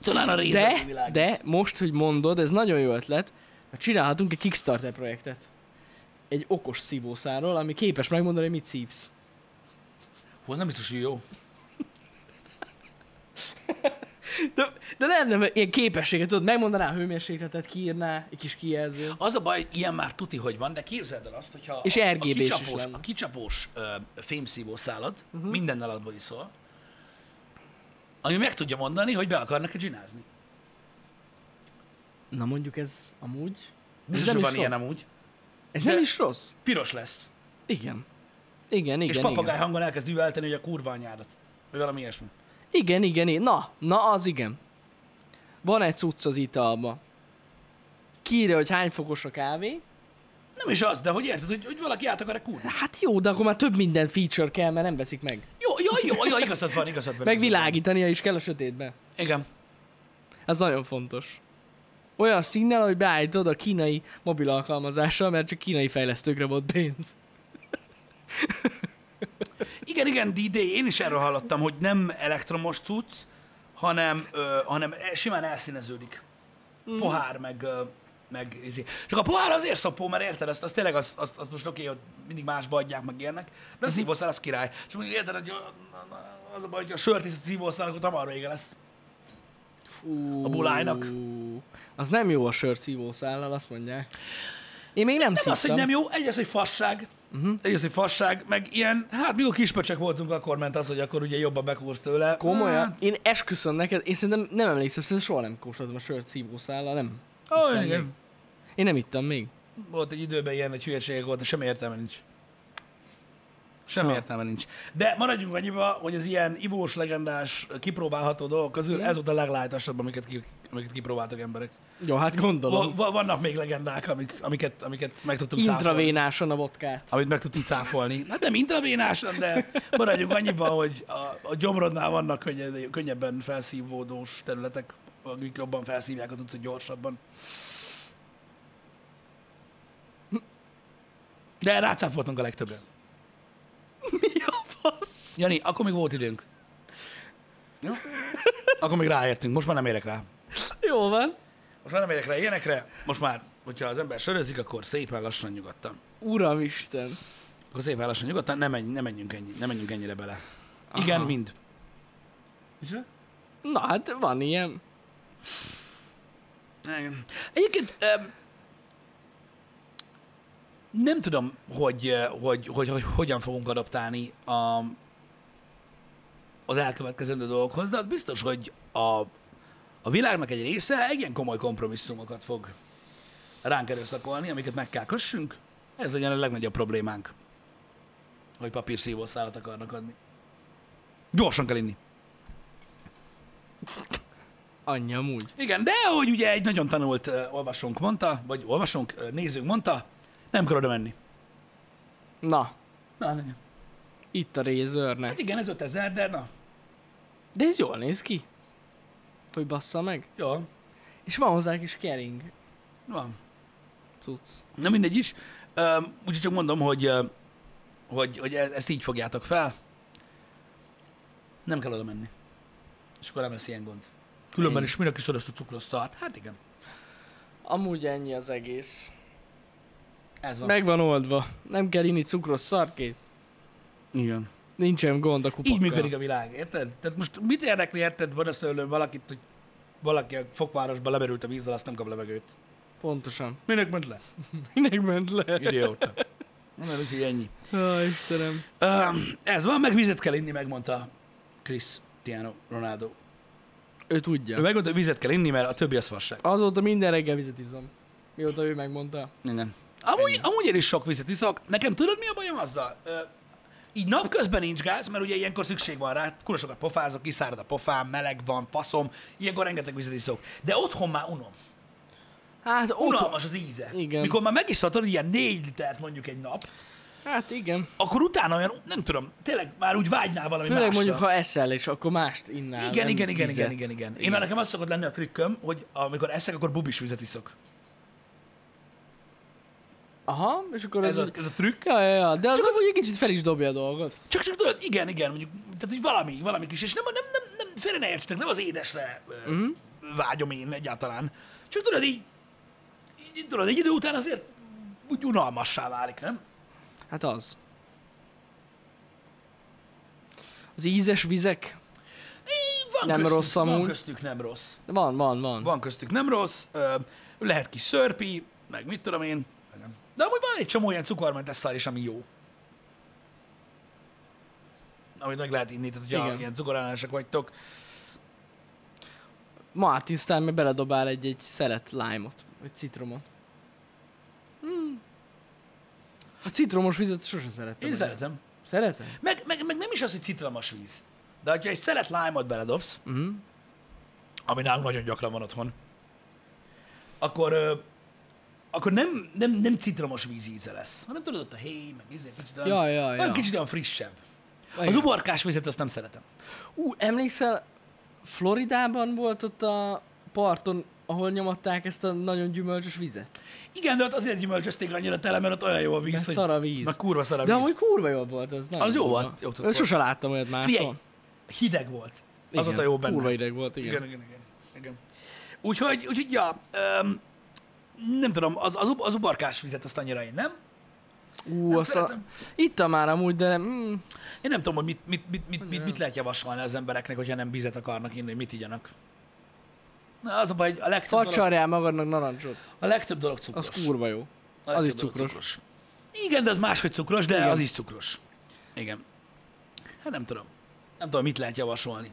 Speaker 1: Talán a
Speaker 2: De,
Speaker 1: részleti világ.
Speaker 2: de most, hogy mondod, ez nagyon jó ötlet, mert csinálhatunk egy Kickstarter projektet. Egy okos szívószáról, ami képes megmondani, hogy mit szívsz.
Speaker 1: Hú, az nem biztos, hogy jó.
Speaker 2: De, de lenne ilyen képessége, tudod, megmondaná a hőmérsékletet, kiírná, egy kis kijelző.
Speaker 1: Az a baj, ilyen már tuti, hogy van, de képzeld el azt, hogyha
Speaker 2: És
Speaker 1: a, a
Speaker 2: RGB-s is
Speaker 1: kicsapós,
Speaker 2: lenne.
Speaker 1: a kicsapós ö, fémszívó szálad
Speaker 2: Mhm.
Speaker 1: uh-huh. minden alatból iszol, ami meg tudja mondani, hogy be -e akarnak-e csinázni.
Speaker 2: Na mondjuk ez amúgy... Ez
Speaker 1: Biztos, hogy van
Speaker 2: nem is rossz.
Speaker 1: ilyen amúgy.
Speaker 2: Ez
Speaker 1: de-
Speaker 2: nem is rossz.
Speaker 1: Piros lesz.
Speaker 2: Igen. Igen, igen,
Speaker 1: és
Speaker 2: igen.
Speaker 1: papagáj hangon elkezd üvelteni, hogy a kurva anyádat. Vagy valami ilyesmi.
Speaker 2: Igen, igen, igen. Na, na az igen. Van egy cucc az italba. Kírja, hogy hány fokos a kávé.
Speaker 1: Nem is az, de hogy érted, hogy, hogy valaki át akar-e kurva.
Speaker 2: Hát jó, de akkor már több minden feature kell, mert nem veszik meg.
Speaker 1: Jó, jó, jó, jó, igazad van, igazad van.
Speaker 2: Meg
Speaker 1: igazad van.
Speaker 2: világítania is kell a sötétbe.
Speaker 1: Igen.
Speaker 2: Ez nagyon fontos. Olyan színnel, hogy beállítod a kínai mobil alkalmazással, mert csak kínai fejlesztőkre volt pénz.
Speaker 1: Igen, igen, DD, én is erről hallottam, hogy nem elektromos cucc, hanem, ö, hanem e, simán elszíneződik. Pohár, meg, ö, meg izé. Csak a pohár azért szopó, mert érted, azt, azt tényleg az, azt, azt most oké, hogy mindig másba adják, meg ilyenek, de a szívószál az király. És mondjuk érted, hogy ö, az a baj, hogy a sört is a szívószál, akkor hamar vége lesz.
Speaker 2: Fú,
Speaker 1: A bulájnak.
Speaker 2: Az nem jó a sör szívószállal, azt mondják. Én még nem,
Speaker 1: Nem az, hogy
Speaker 2: szívtam.
Speaker 1: nem jó, egyrészt, hogy fasság, uh-huh. egyrészt, hogy fasság, meg ilyen, hát mikor kispöcsek voltunk, akkor ment az, hogy akkor ugye jobban bekúrsz tőle.
Speaker 2: Komolyan?
Speaker 1: Hát,
Speaker 2: Én esküszöm neked, én szerintem nem emlékszem, szerintem soha nem kóstoltam a sört szívószállal, nem.
Speaker 1: ó,
Speaker 2: ittam
Speaker 1: igen.
Speaker 2: még. Én nem ittam még.
Speaker 1: Volt egy időben ilyen egy hülyeségek volt, de semmi értelme nincs. Semmi
Speaker 2: Ha.
Speaker 1: értelme nincs. De maradjunk annyiba, hogy az ilyen ivós, legendás, kipróbálható dolgok közül ez volt a leglájtosabb, amiket, ki, amiket kipróbáltak emberek.
Speaker 2: Jó, hát gondolom.
Speaker 1: Va- va- vannak még legendák, amik, amiket, amiket meg tudtunk cáfolni.
Speaker 2: Intravénáson a vodkát.
Speaker 1: Amit meg tudtunk cáfolni. Hát nem intravénásan, de maradjunk annyiba, hogy a, a gyomrodnál vannak könnyed, könnyebben felszívódós területek, amik jobban felszívják az utcát gyorsabban. De rácáfoltunk a legtöbben.
Speaker 2: Mi a fasz?
Speaker 1: Jani, akkor még volt időnk. Jó? Akkor még ráértünk, most már nem érek rá.
Speaker 2: Jó van.
Speaker 1: Most már nem érek rá ilyenekre, most már, hogyha az ember sörözik, akkor szépen lassan nyugodtan.
Speaker 2: Uramisten.
Speaker 1: Akkor szépen lassan nyugodtan, nem, menj, nem, menjünk, ennyi, nem menjünk ennyire bele. Igen,
Speaker 2: Aha.
Speaker 1: mind.
Speaker 2: Na hát van ilyen.
Speaker 1: Igen. Egyébként em, nem tudom, hogy, eh, hogy, hogy, hogy hogyan fogunk adaptálni a, az elkövetkezendő dolgokhoz, de az biztos, hogy a, a világnak egy része egy ilyen komoly kompromisszumokat fog ránk erőszakolni, amiket meg kell kössünk. Ez legyen a legnagyobb problémánk, hogy papírszívószálat akarnak adni. Gyorsan kell inni.
Speaker 2: Anyja úgy.
Speaker 1: Igen, de ahogy ugye egy nagyon tanult uh, olvasónk mondta, vagy olvasónk, uh, nézőnk mondta, nem kell oda menni.
Speaker 2: Na,
Speaker 1: Na, hát na, na.
Speaker 2: itt a
Speaker 1: Hát
Speaker 2: Razernek.
Speaker 1: igen, ez 5000, de na,
Speaker 2: De ez jól néz ki. Hogy bassza meg.
Speaker 1: jó,
Speaker 2: És van hozzá egy kis kering
Speaker 1: van.
Speaker 2: cucc.
Speaker 1: Na mindegy is. Um, úgyhogy csak mondom, hogy, uh, hogy, hogy e- ezt így fogjátok fel. Nem kell oda menni. És akkor nem lesz ilyen gond. Különben
Speaker 2: Ennyi.
Speaker 1: is minek is azt a cukroszart? Hát igen,
Speaker 2: Amúgy ennyi az egész.
Speaker 1: ez van.
Speaker 2: Meg van oldva. Nem kell inni cukros szarkész.
Speaker 1: Igen.
Speaker 2: Nincsen gond a kupakkal.
Speaker 1: Így működik a világ, érted? Tehát most mit érdekli, érted, Badaszőlőn valakit, hogy valaki a fokvárosba lemerült a vízzel, azt nem kap levegőt.
Speaker 2: Pontosan.
Speaker 1: Minek ment le?
Speaker 2: Minek ment le?
Speaker 1: Idióta. Na, úgyhogy ennyi.
Speaker 2: Ó, Istenem.
Speaker 1: Um, ez van, meg vizet kell inni, megmondta Cristiano Ronaldo.
Speaker 2: Ő
Speaker 1: Ő
Speaker 2: tudja.
Speaker 1: megmondta, hogy vizet kell inni, mert a többi az fasság.
Speaker 2: Azóta minden reggel vizet iszom. Mióta ő megmondta.
Speaker 1: Igen. Amúgy, amúgy én is sok vizet iszok. Nekem tudod, mi a bajom azzal? Ö, így napközben nincs gáz, mert ugye ilyenkor szükség van rá, kurva sokat pofázok, kiszárad a pofám, meleg van, faszom, ilyenkor rengeteg vizet iszok. De otthon már unom.
Speaker 2: Hát ott...
Speaker 1: Unalmas az íze.
Speaker 2: Igen.
Speaker 1: Mikor már megiszhatod ilyen négy litert mondjuk egy nap,
Speaker 2: Hát igen.
Speaker 1: akkor utána olyan, nem tudom, tényleg már úgy vágynál valami
Speaker 2: Főleg
Speaker 1: másra.
Speaker 2: mondjuk, ha eszel, és akkor mást innál.
Speaker 1: Igen,
Speaker 2: nem
Speaker 1: igen, igen,
Speaker 2: vizet.
Speaker 1: igen, igen, igen. Én már nekem az szokott lenni a trükköm, hogy amikor eszek, akkor bubis vizet iszok.
Speaker 2: Aha, és akkor
Speaker 1: Ez
Speaker 2: az...
Speaker 1: a,
Speaker 2: úgy-
Speaker 1: ez a trükk.
Speaker 2: Ja, ja, ja, de az, az egy kicsit fel is dobja a dolgot.
Speaker 1: Csak, csak tudod, igen, igen, mondjuk, tehát hogy valami, valami kis, és nem, nem, nem, nem félre ne értsetek, nem az édesre
Speaker 2: Mhm.
Speaker 1: uh-huh. vágyom én egyáltalán. Csak tudod, így, így, tudod, egy idő után azért úgy unalmassá válik, nem?
Speaker 2: Hát az. Az ízes vizek.
Speaker 1: Így Van
Speaker 2: Nem
Speaker 1: köztük,
Speaker 2: rossz
Speaker 1: Van
Speaker 2: amúgy.
Speaker 1: köztük nem rossz.
Speaker 2: Van, van, van.
Speaker 1: Hm. Van köztük nem rossz, ö, lehet kis szörpi, meg mit tudom én. De amúgy van egy csomó olyan cukormentes szar is, ami jó. Amit meg lehet inni, tehát hogyha
Speaker 2: Igen.
Speaker 1: ilyen cukorállásak vagytok.
Speaker 2: Ma hát tisztán meg beledobál egy-egy szelet lime-ot, vagy citromot. Hmm. A citromos vizet sose szerettem.
Speaker 1: Én szeretem.
Speaker 2: Szeretem?
Speaker 1: Meg, meg, meg nem is az, hogy citromos víz. De ha egy szelet lájmot beledobsz, uh-huh. ami nálunk nagyon gyakran van otthon, akkor, ö, akkor nem, nem, nem citromos víz íze lesz, hanem tudod, ott a héj, meg íze, kicsit olyan,
Speaker 2: Ja, ja,
Speaker 1: olyan
Speaker 2: ja.
Speaker 1: kicsit olyan frissebb. Az
Speaker 2: Igen.
Speaker 1: uborkás vizet azt nem szeretem.
Speaker 2: Ú, emlékszel, Floridában volt ott a parton, ahol nyomatták ezt a nagyon gyümölcsös vizet?
Speaker 1: Igen, de ott azért gyümölcsözték annyira tele, mert ott olyan jó a víz,
Speaker 2: Mert szar a víz.
Speaker 1: Na kurva szar a
Speaker 2: De
Speaker 1: víz.
Speaker 2: amúgy kurva jobb volt az. nagyon
Speaker 1: Az jó
Speaker 2: durva.
Speaker 1: volt, jó tudsz
Speaker 2: Ö, Sose láttam olyat máshol.
Speaker 1: Figyelj, hideg volt.
Speaker 2: Igen,
Speaker 1: Azóta jó benne.
Speaker 2: Kurva ideg volt, igen.
Speaker 1: Igen, igen, igen. igen. Úgyhogy, úgyhogy ja, öm, nem tudom, az, az, ub- az ubarkás vizet azt annyira én nem.
Speaker 2: Ú,
Speaker 1: Nem
Speaker 2: azt a...
Speaker 1: szeretem.
Speaker 2: Ittam már amúgy, de mm,
Speaker 1: Én nem tudom, hogy mit, mit, mit, mit, mit, mit lehet javasolni az embereknek, hogyha nem vizet akarnak inni, hogy mit igyanak. Na, az a baj, hogy a legtöbb, dolog,
Speaker 2: facsarjál magadnak narancsot.
Speaker 1: a legtöbb dolog cukros.
Speaker 2: Az kurva jó.
Speaker 1: A
Speaker 2: Az is
Speaker 1: legtöbb dolog
Speaker 2: cukros.
Speaker 1: Igen, de az máshogy cukros, de
Speaker 2: Igen.
Speaker 1: az is cukros. Igen. Hát nem tudom. Nem tudom, mit lehet javasolni.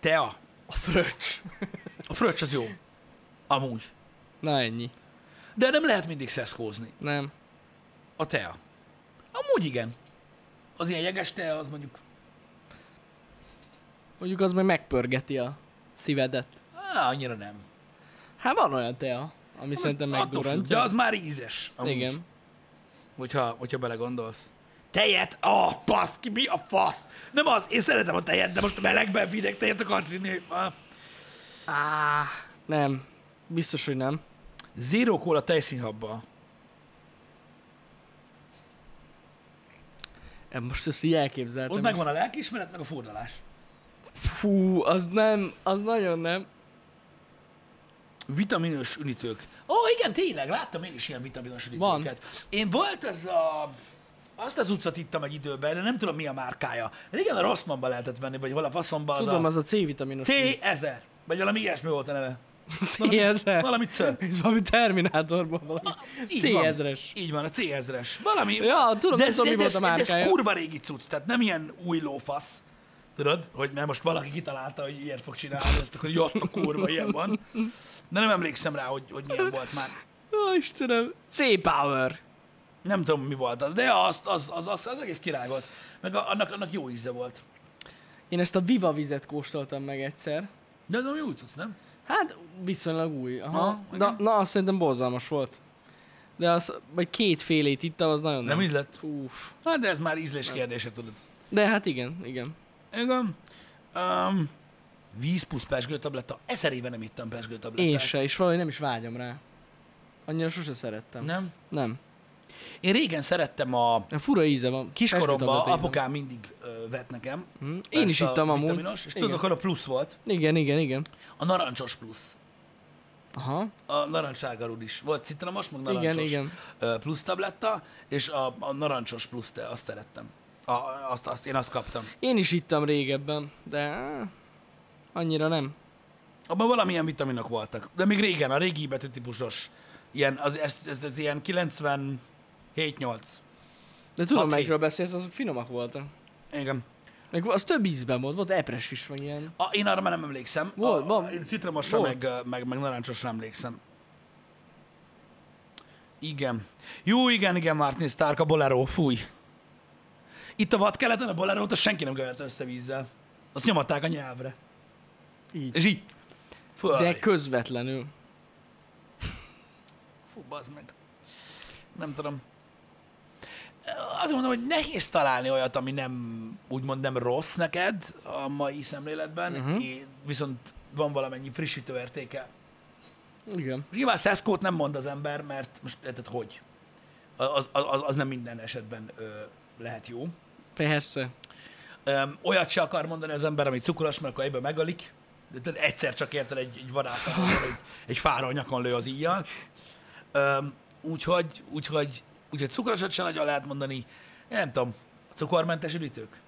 Speaker 1: Tea.
Speaker 2: A fröccs.
Speaker 1: A fröccs az jó. Amúgy.
Speaker 2: Na ennyi.
Speaker 1: De nem lehet mindig szeszkózni.
Speaker 2: Nem.
Speaker 1: A tea. Amúgy igen. Az ilyen jeges tea, az mondjuk...
Speaker 2: Mondjuk az meg megpörgeti a szívedet.
Speaker 1: Á, annyira nem.
Speaker 2: Hát van olyan tea, ami
Speaker 1: Az
Speaker 2: szerintem
Speaker 1: attól függ, De
Speaker 2: megdurrantja.
Speaker 1: az már ízes. Amúgy,
Speaker 2: Igen.
Speaker 1: Hogyha, hogyha belegondolsz. Tejet? Ah, oh, baszki, mi a fasz? Nem az, én szeretem a tejet, de most melegben videg tejet akarsz inni. Ah.
Speaker 2: Á, nem. Biztos, hogy nem.
Speaker 1: Zero cola tejszínhabba.
Speaker 2: Én E, most ezt így elképzeltem.
Speaker 1: Ott megvan a lelkiismeret, meg a fordulás.
Speaker 2: Fú, az nem, az nagyon nem.
Speaker 1: Vitaminos üdítők. Ó, oh, igen, tényleg, láttam én is ilyen vitaminos üdítőket. Én volt ez a... Azt az utcát ittam egy időben, de nem tudom mi a márkája. Régen a Rossmannban lehetett venni, vagy hol a faszomban az
Speaker 2: Tudom,
Speaker 1: a
Speaker 2: az a C-vitaminos víz.
Speaker 1: T1000. Vagy valami ilyesmi volt a neve.
Speaker 2: C-ezer.
Speaker 1: Valami C.
Speaker 2: És valami Terminátorban valami
Speaker 1: Így van.
Speaker 2: C-ezres.
Speaker 1: Így van, a C1000-es. Valami...
Speaker 2: Ja,
Speaker 1: de
Speaker 2: tudom, nem
Speaker 1: ez,
Speaker 2: tudom, mi
Speaker 1: de,
Speaker 2: volt
Speaker 1: ez,
Speaker 2: a
Speaker 1: de ez
Speaker 2: márkája.
Speaker 1: kurva régi cucc, tehát nem ilyen új lófasz. Tudod, hogy mert most valaki kitalálta, hogy ilyet fog csinálni, ezt akkor, hogy azt a kurva ilyen van. De nem emlékszem rá, hogy, hogy milyen volt már.
Speaker 2: Ó, Istenem. C-Power.
Speaker 1: Nem tudom, mi volt az, de az, az, az, az, az egész király volt. Meg a, annak, annak jó íze volt.
Speaker 2: Én ezt a Viva vizet kóstoltam meg egyszer.
Speaker 1: De ez ami új cucc, nem?
Speaker 2: Hát viszonylag új. Aha.
Speaker 1: Ha,
Speaker 2: na,
Speaker 1: igen.
Speaker 2: na, azt szerintem borzalmas volt. De az, vagy két félét ittam, az nagyon
Speaker 1: Nem így lett.
Speaker 2: Uff.
Speaker 1: Hát de ez már ízlés kérdése, tudod.
Speaker 2: De hát igen, igen.
Speaker 1: Igen. Um, víz plusz pesgőtabletta. Ezer éve nem ittam pesgőtablettát.
Speaker 2: Én se, és valahogy nem is vágyom rá. Annyira sose szerettem.
Speaker 1: Nem?
Speaker 2: Nem.
Speaker 1: Én régen szerettem a
Speaker 2: nem. Fura íze van.
Speaker 1: kiskoromban,
Speaker 2: Pesgőtablettát ittam.
Speaker 1: apukám mindig ö, vett nekem.
Speaker 2: Hm? Én
Speaker 1: ezt
Speaker 2: is
Speaker 1: a
Speaker 2: ittam amúgy.
Speaker 1: vitaminos, És tudod,
Speaker 2: Igen.
Speaker 1: akkor a plusz volt.
Speaker 2: igen, igen, igen.
Speaker 1: A narancsos plusz.
Speaker 2: Aha.
Speaker 1: A narancssárgarúd is. Volt citromos, meg narancsos
Speaker 2: Igen, igen.
Speaker 1: ö, plusz tabletta, és a, a narancsos plusz, te, azt szerettem. A, azt, azt, én azt kaptam.
Speaker 2: Én is ittam régebben, de á, annyira nem.
Speaker 1: Abban valamilyen vitaminok voltak. De még régen, a régi betűtípusos. Ilyen, az, ez, ez, ez ilyen 97-8.
Speaker 2: De tudom,
Speaker 1: Hat
Speaker 2: melyikről
Speaker 1: hét.
Speaker 2: beszélsz, azok finomak voltak.
Speaker 1: Igen.
Speaker 2: Meg az több ízben volt, volt epres is, meg ilyen.
Speaker 1: A, én arra már nem emlékszem.
Speaker 2: Volt,
Speaker 1: a,
Speaker 2: van.
Speaker 1: Én citromosra,
Speaker 2: Volt.
Speaker 1: meg, ö, meg, meg narancsosra emlékszem. Igen. Jó, igen, igen, Martin Stark, a bolero, fúj. Itt a vadkeleten a bolerót, azt senki nem keverte össze vízzel. Azt nyomatták a nyelvre.
Speaker 2: Így.
Speaker 1: És így. Föl.
Speaker 2: De közvetlenül.
Speaker 1: Fú, bazd meg. Nem tudom. Azt mondom, hogy nehéz találni olyat, ami nem, úgymond nem rossz neked a mai szemléletben,
Speaker 2: Mhm.
Speaker 1: uh-huh. viszont van valamennyi frissítő értéke.
Speaker 2: Igen.
Speaker 1: Nyilván Szeszkót nem mond az ember, mert most érted, hogy? Az, az, az- az nem minden esetben ö, lehet jó.
Speaker 2: Persze.
Speaker 1: Öm, olyat se akar mondani az ember, ami cukros, mert akkor egyből megalik. De tudod, egyszer csak érted egy, egy vadászat, egy, egy fára a nyakon lő az íjjal. Öm, úgyhogy, úgyhogy, úgyhogy cukrosat sem nagyon lehet mondani. Én Nem tudom, cukormentes üdítők.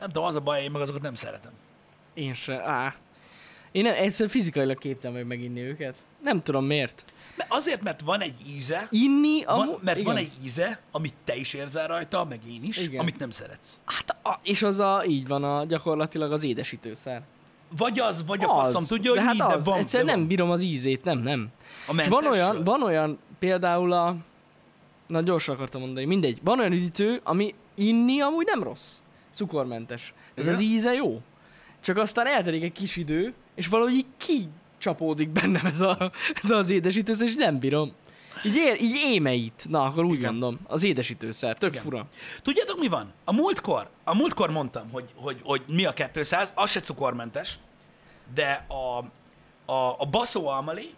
Speaker 1: Nem tudom, az a baj, én meg azokat nem szeretem.
Speaker 2: Én se. Á. Én nem, egyszerűen fizikailag képtelen vagyok meginni őket. Nem tudom miért.
Speaker 1: Mert azért, mert van egy íze,
Speaker 2: Inni a...
Speaker 1: van, mert van egy íze, amit te is érzel rajta, meg én is,
Speaker 2: Igen.
Speaker 1: amit nem szeretsz.
Speaker 2: Hát, a, és az a, így van a, gyakorlatilag az édesítőszer.
Speaker 1: Vagy az, vagy a
Speaker 2: Az,
Speaker 1: faszom tudja, hogy
Speaker 2: de hát
Speaker 1: mi,
Speaker 2: az,
Speaker 1: de van.
Speaker 2: Egyszerűen
Speaker 1: de van.
Speaker 2: nem bírom az ízét, nem, nem.
Speaker 1: A
Speaker 2: És
Speaker 1: mentes
Speaker 2: van olyan,
Speaker 1: sör.
Speaker 2: van olyan, például a... Na gyorsan akartam mondani, mindegy. Van olyan üdítő, ami inni amúgy nem rossz. Cukormentes. Tehát
Speaker 1: Igen.
Speaker 2: az íze jó. Csak aztán eltelik egy kis idő, és valahogy így kicsapódik bennem ez, a, ez az édesítőszer, és nem bírom. Így, él, így émeit. Na, akkor úgy
Speaker 1: Igen.
Speaker 2: mondom. Az édesítőszer. Tök
Speaker 1: Igen.
Speaker 2: fura.
Speaker 1: Tudjátok, mi van? A múltkor, a múltkor mondtam, hogy, hogy, hogy mi a 200, az se cukormentes, de a, a, a baszó almalé,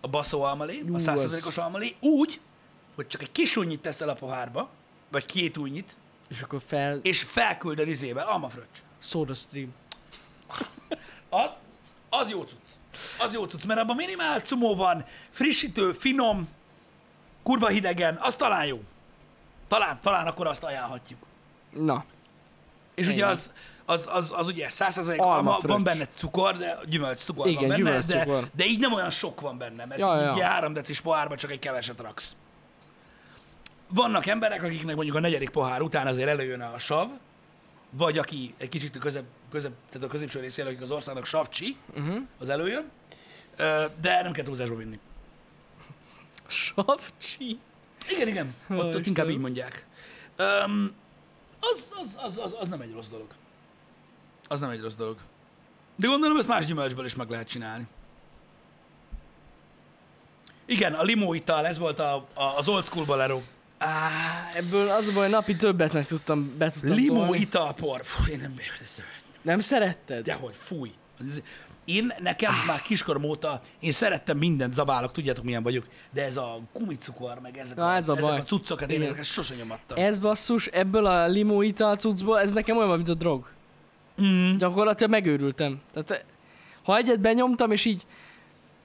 Speaker 1: a baszó almalé,
Speaker 2: Hm? Ú,
Speaker 1: a
Speaker 2: az-
Speaker 1: 100%-os almalé úgy, hogy csak egy kis unnyit teszel a pohárba, vagy két unnyit,
Speaker 2: És akkor fel...
Speaker 1: és felküldöd izével, almafröccs.
Speaker 2: Soda stream.
Speaker 1: Az, az jó cucc. Az jó cucc, mert abban minimál cumó van, frissítő, finom, kurva hidegen, az talán jó. Talán, talán akkor azt ajánlhatjuk.
Speaker 2: Na.
Speaker 1: És
Speaker 2: Igen.
Speaker 1: ugye az, az, az, az ugye 100
Speaker 2: Alma
Speaker 1: alma,
Speaker 2: fröccs.
Speaker 1: van benne cukor, de gyümölcs cukor
Speaker 2: Igen,
Speaker 1: van benne, de,
Speaker 2: gyümölcscukor.
Speaker 1: de így nem olyan sok van benne, mert
Speaker 2: Ja,
Speaker 1: ja, így
Speaker 2: ja.
Speaker 1: ja. 3 decis pohárba csak egy keveset raksz. Vannak emberek, akiknek mondjuk a negyedik pohár után azért előjön a sav, vagy aki egy kicsit a, közep, közep, tehát a középső részén, akik az országnak savcsi,
Speaker 2: Mhm.
Speaker 1: uh-huh. az előjön, Ö, de nem kell túlzásba vinni.
Speaker 2: Savcsi.
Speaker 1: Igen, igen, ott, ott inkább
Speaker 2: Istenem.
Speaker 1: így mondják. Um, az, az, az, az, az nem egy rossz dolog. Az nem egy rossz dolog. De gondolom, ezt más gyümölcsből is meg lehet csinálni. Igen, a limóital, ez volt a, a, az old school baleró.
Speaker 2: Á, ebből az a baj, napi többet meg tudtam, be tudtam tolni.
Speaker 1: Limóitalpor. Fú, én nem ez-
Speaker 2: Nem szeretted?
Speaker 1: Dehogy, fúj. Az- az- Én nekem
Speaker 2: Ah.
Speaker 1: már kiskorom óta, én szerettem mindent, zabálok, tudjátok milyen vagyok, de ez a gumicukor, meg ezek,
Speaker 2: Na,
Speaker 1: a,
Speaker 2: ez a
Speaker 1: ezek
Speaker 2: baj.
Speaker 1: a cuccokat, én
Speaker 2: Igen. E-
Speaker 1: ezeket sosem nyomattam.
Speaker 2: Ez basszus, ebből a limó ital cuccból, ez nekem olyan, mint a drog.
Speaker 1: Mm.
Speaker 2: Gyakorlatilag megőrültem. Tehát ha egyet benyomtam, és így...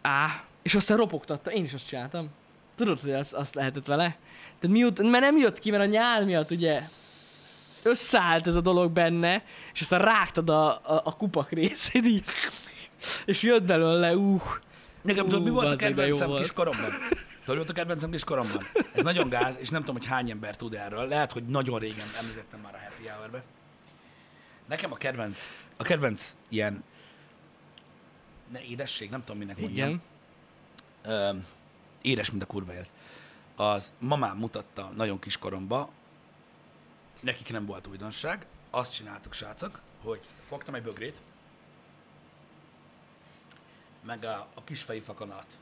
Speaker 2: Á, és aztán ropogtatta, én is azt csináltam. Tudod, hogy az, azt lehetett vele? Tehát miután, mert nem jött ki, mert a nyál miatt ugye összeállt ez a dolog benne, és aztán rágtad a, a, a kupak részét így, és jött belőle, úh.
Speaker 1: Nekem tudod, mi
Speaker 2: Ú,
Speaker 1: volt a
Speaker 2: bazzeg, de jó
Speaker 1: kedvencem
Speaker 2: volt.
Speaker 1: kiskoromban? Tudod, mi volt a kedvencem kiskoromban? Ez nagyon gáz, és nem tudom, hogy hány ember tud erről. Lehet, hogy nagyon régen említettem már a Happy hour Nekem a kedvenc, a kedvenc ilyen ne, édesség, nem tudom, minek mondjam.
Speaker 2: Igen.
Speaker 1: Öm, édes, mint a kurva élet. Az mamám mutatta nagyon kiskoromba, nekik nem volt újdonság, azt csináltuk, srácok, hogy fogtam egy bögrét, meg a, a kisfejű fakanalat,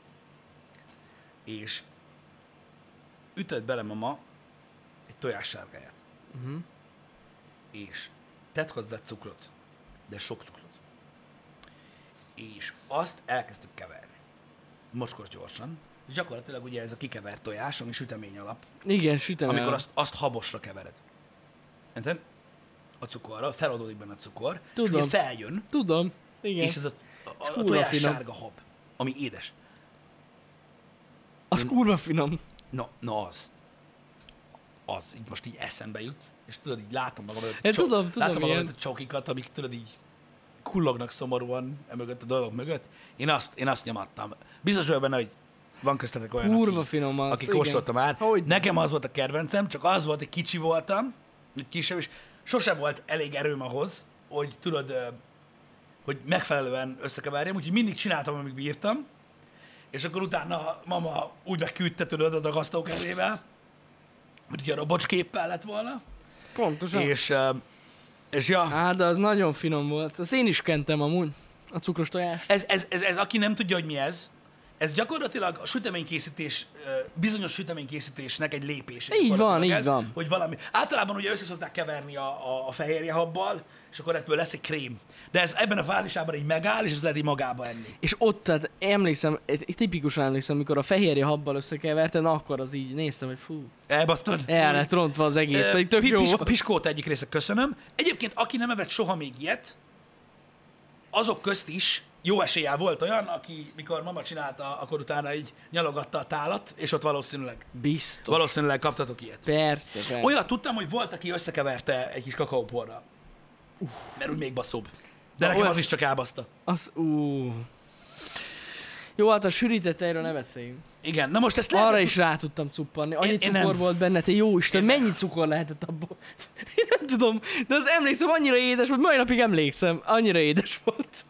Speaker 1: és ütött bele mama egy tojássárgáját. Uh-huh. És tett hozzá cukrot, de sok cukrot. És azt elkezdtük keverni. Mocskos gyorsan. És gyakorlatilag ugye ez a kikevert tojás, ami sütemény alap,
Speaker 2: Igen, sütem el.
Speaker 1: amikor azt, azt habosra kevered. Érted? A cukorra, feladódik benne a cukor, és
Speaker 2: Tudom.
Speaker 1: ugye feljön,
Speaker 2: Tudom. Igen.
Speaker 1: és ez a, a, a
Speaker 2: Kurva
Speaker 1: tojás
Speaker 2: finom.
Speaker 1: sárga hab, ami édes.
Speaker 2: Az kurva finom.
Speaker 1: Na, na az. Az, így most így eszembe jut, és tudod, így látom magam előtt, a
Speaker 2: Én
Speaker 1: csok-
Speaker 2: tudom, tudom,
Speaker 1: látom magam
Speaker 2: ilyen.
Speaker 1: előtt a csokikat, amik tudod így kullognak szomorúan emögött a dolog mögött. Én azt, én azt nyomattam. Biztos vagyok benne, hogy van köztetek olyan,
Speaker 2: Kurva
Speaker 1: aki,
Speaker 2: finom az,
Speaker 1: aki
Speaker 2: igen.
Speaker 1: kóstolta már.
Speaker 2: Hogy ne.
Speaker 1: Nekem az volt a kedvencem, csak az volt, hogy kicsi voltam, hogy kisebb, és sose volt elég erőm ahhoz, hogy tudod, ö, hogy megfelelően összekeverjem, úgyhogy mindig csináltam, amíg bírtam, és akkor utána mama úgy megküldte tudod a dagasztó kezével, hogy ugye a robocsképpel lett volna,
Speaker 2: Pontosan. És...
Speaker 1: és, ö, és ja,
Speaker 2: Á, de az nagyon finom volt. Azt én is kentem amúgy. A cukros tojás.
Speaker 1: ez, ez, ez, ez, aki nem tudja, hogy mi ez, ez gyakorlatilag a süteménykészítés, ö, bizonyos süteménykészítésnek egy lépése.
Speaker 2: Így van,
Speaker 1: gyakorlatilag
Speaker 2: így
Speaker 1: ez,
Speaker 2: van.
Speaker 1: Hogy valami. Általában ugye össze szokták keverni a, a, a fehérjehabbal, és akkor ebből lesz egy krém. De ez ebben a fázisában így megáll, és ez lehet így magába enni.
Speaker 2: És ott, tehát emlékszem, eh, tipikusan emlékszem, mikor a fehérje habbal összekeverte, na akkor az így néztem, hogy fú,
Speaker 1: Elbasztod?
Speaker 2: el lett rontva az egész,
Speaker 1: Ö,
Speaker 2: hát pedig tök
Speaker 1: pi-
Speaker 2: jó
Speaker 1: piskó-
Speaker 2: volt.
Speaker 1: Piskót egyik része, köszönöm. Egyébként, aki nem evett soha még ilyet, azok közt is jó eséllyel volt olyan, aki mikor mama csinálta, akkor utána így nyalogatta a tálat, és ott valószínűleg,
Speaker 2: Biztos.
Speaker 1: valószínűleg kaptatok ilyet.
Speaker 2: Persze, persze.
Speaker 1: Olyat tudtam, hogy volt, aki összekeverte egy kis kakaóporral. Mert úgy még baszóbb. De
Speaker 2: Na,
Speaker 1: nekem az
Speaker 2: olyas-
Speaker 1: is csak elbaszta.
Speaker 2: Az, ú. Jó, hát a sűrített tejről ne beszéljünk.
Speaker 1: Igen, na most ezt lehet,
Speaker 2: Arra is rá tudtam cuppanni. Annyi
Speaker 1: Én- én nem.
Speaker 2: cukor volt benne, te jó Isten,
Speaker 1: Én nem.
Speaker 2: mennyi cukor lehetett abból? Én nem tudom, de az emlékszem, annyira édes volt, mai napig emlékszem, annyira édes volt.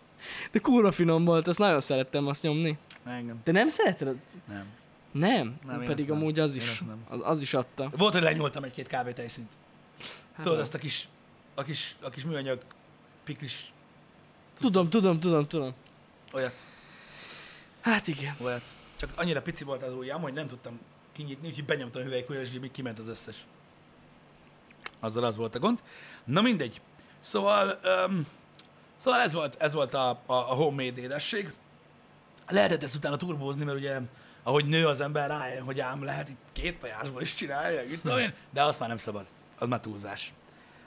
Speaker 2: De kurva finom volt, azt nagyon szerettem azt nyomni.
Speaker 1: Engem.
Speaker 2: Te nem szereted?
Speaker 1: Nem.
Speaker 2: Nem,
Speaker 1: Nem,
Speaker 2: nem
Speaker 1: én
Speaker 2: pedig
Speaker 1: azt nem.
Speaker 2: amúgy az
Speaker 1: Én
Speaker 2: is,
Speaker 1: azt nem.
Speaker 2: az, az is adta.
Speaker 1: Volt, hogy lenyúltam egy-két kávé tejszint.
Speaker 2: Hát
Speaker 1: Tudod,
Speaker 2: nem.
Speaker 1: azt a kis, a kis, a kis műanyag piklis
Speaker 2: Tudom, tudom, tudom, tudom.
Speaker 1: olyat,
Speaker 2: Hát igen.
Speaker 1: olyat. Csak annyira pici volt az ujjam, hogy nem tudtam kinyitni, úgyhogy benyomtam a hüvelykujjal, és így még kiment az összes. Azzal az volt a gond. Na mindegy. Szóval, um, szóval ez volt, ez volt a, a, a homemade édesség. Lehetett ezt utána turbózni, mert ugye ahogy nő az ember rájön, hogy ám lehet itt két tojásból is csinálni, meg mit tudom én, de azt már nem szabad. Az már túlzás.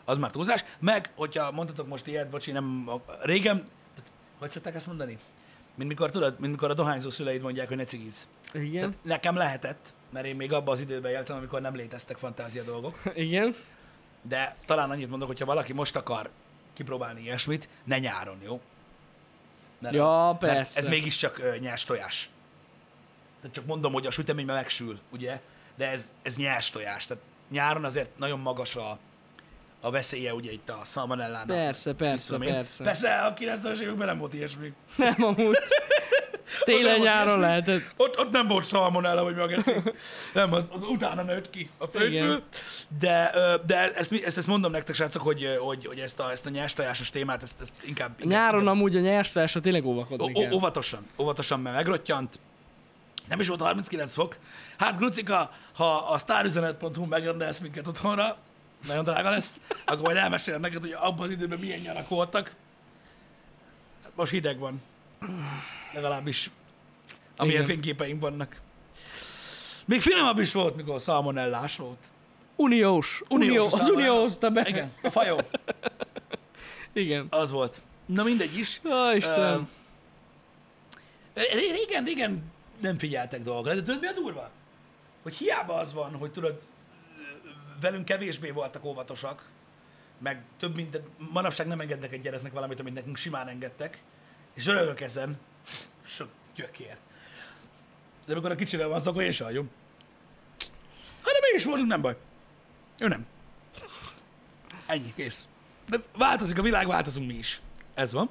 Speaker 1: Az már túlzás. Meg, hogyha mondhatok most ilyet, bocsi, nem a- régen, tehát, hogy szokták ezt mondani? Mint mikor, tudod, mint mikor a dohányzó szüleid mondják, hogy ne cigiz.
Speaker 2: Igen,
Speaker 1: Tehát nekem lehetett, mert én még abban az időben éltem, amikor nem léteztek fantázia dolgok.
Speaker 2: igen.
Speaker 1: De talán annyit mondok, hogyha valaki most akar kipróbálni ilyesmit, ne nyáron, jó? Ne
Speaker 2: Ja,
Speaker 1: Mert
Speaker 2: persze.
Speaker 1: ez mégiscsak ö, nyers tojás. Tehát csak mondom, hogy a süteményben megsül, ugye? De ez, ez nyers tojás. Tehát nyáron azért nagyon magas a, a veszélye, ugye itt a szalmonellának.
Speaker 2: Persze,
Speaker 1: Mit
Speaker 2: persze,
Speaker 1: tudom én.
Speaker 2: persze.
Speaker 1: Persze, a 90-es években nem volt ilyesmi.
Speaker 2: Nem amúgy.
Speaker 1: Ott nem
Speaker 2: Télen
Speaker 1: volt
Speaker 2: nyáron
Speaker 1: ilyesmi.
Speaker 2: lehetett.
Speaker 1: Ott, ott nem volt szalmonella, vagy mi a geci. Nem, az, az utána nőtt ki a földből.
Speaker 2: Igen.
Speaker 1: De, ö, de ezt, mi- ezt, ezt, mondom nektek, srácok, hogy, ö, hogy, hogy ezt a, ezt a nyers tojásos témát, ezt, ezt inkább... inkább-
Speaker 2: Nyáron
Speaker 1: inkább-
Speaker 2: amúgy a nyers tojásra tényleg
Speaker 1: Ó-
Speaker 2: óvakodni
Speaker 1: ó-
Speaker 2: kell.
Speaker 1: óvatosan, óvatosan, mert megrottyant. Nem is volt 39 fok. Hát, Grucika, ha a sztárüzenet.hu megrendelsz minket otthonra, nagyon drága lesz, akkor majd elmesélem neked, hogy abban az időben milyen nyarak voltak. Hát most hideg van. Legalábbis, amilyen
Speaker 2: Igen.
Speaker 1: fényképeim vannak. Még finomabb is volt, mikor szalmonellás volt.
Speaker 2: Uniós. Unió,
Speaker 1: Uniós
Speaker 2: az
Speaker 1: aztán
Speaker 2: unió
Speaker 1: már-
Speaker 2: hozta be.
Speaker 1: Igen, a fajó.
Speaker 2: Igen.
Speaker 1: Az volt. Na mindegy is.
Speaker 2: Ó, Istenem.
Speaker 1: Ö, ré- Régen, régen nem figyeltek dolgokra, de tudod mi a durva? Hogy hiába az van, hogy tudod, ö, velünk kevésbé voltak óvatosak, meg több mint, manapság nem engednek egy gyereknek valamit, amit nekünk simán engedtek, és örülök ezen. Sok gyökér. De amikor a kicsivel van szó, akkor én se hagyom. Hát de mégis voltunk, nem baj. Ő nem. Ennyi, kész. De változik a világ, változunk mi is. Ez van.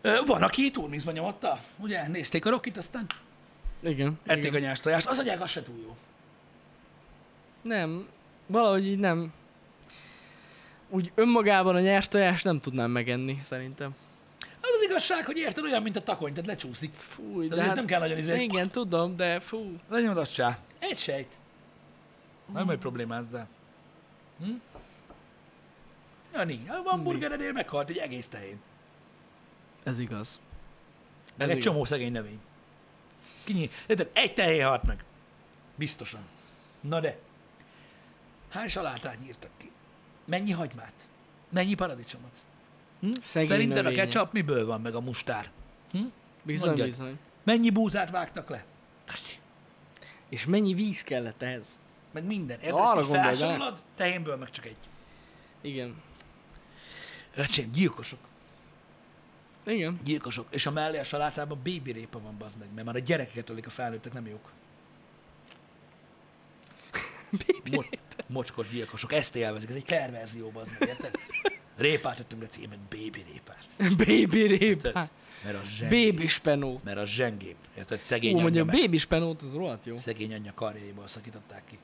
Speaker 1: Ö, Van, aki turmixban nyomatta. Ugye, nézték a rokit, aztán
Speaker 2: Igen.
Speaker 1: ették
Speaker 2: igen.
Speaker 1: a nyers tojást. Az agyák, az se túl jó.
Speaker 2: Nem. Valahogy így nem. Úgy önmagában a nyers tojást nem tudnám megenni, szerintem.
Speaker 1: Az az igazság, hogy érted olyan, mint a takony, tehát lecsúszik.
Speaker 2: Fúj,
Speaker 1: Tehát
Speaker 2: de
Speaker 1: ez
Speaker 2: hát...
Speaker 1: nem kell nagyon izé.
Speaker 2: Igen, tudom, de fú.
Speaker 1: Legyen az csá. Egy sejt. Nem egy problémázzál. Hm? Ja, ni. A hamburgeredél meghalt egy egész tehén.
Speaker 2: Ez igaz.
Speaker 1: Meg
Speaker 2: Ez
Speaker 1: egy
Speaker 2: igaz.
Speaker 1: csomó szegény növény. Kinyi. Érted? Egy tehén halt meg. Biztosan. Na de. Hány salátát nyírtak ki? Mennyi hagymát? Mennyi paradicsomot?
Speaker 2: Szegény
Speaker 1: Hm? Szerinted
Speaker 2: növények.
Speaker 1: a ketchup miből van, meg a mustár?
Speaker 2: Bizony,
Speaker 1: Mondjad.
Speaker 2: bizony.
Speaker 1: Mennyi búzát vágtak le? Taszi.
Speaker 2: És mennyi víz kellett ehhez?
Speaker 1: Meg minden. Érted,
Speaker 2: Arra
Speaker 1: ezt így
Speaker 2: gondolj, de-
Speaker 1: felsorolod, tehénből meg csak egy.
Speaker 2: Igen.
Speaker 1: Öcsém, gyilkosok.
Speaker 2: Igen.
Speaker 1: Gyilkosok. És a mellé a salátában baby répa van, bazd meg, mert már a gyerekeket ölik a felnőttek, nem jók. Mo- mocskos gyilkosok. Ezt élvezik. Ez egy perverzió, bazd meg, érted? Répát tettünk a címen, baby répát.
Speaker 2: Baby répa.
Speaker 1: Érted? Mert a zsengébb.
Speaker 2: Hát, Baby spenót.
Speaker 1: Mert a zsengébb. Érted?
Speaker 2: Ó,
Speaker 1: Szegény anyja
Speaker 2: mondja,
Speaker 1: meg.
Speaker 2: baby spenót az rohadt jó.
Speaker 1: Szegény anyja karjaiból szakították ki.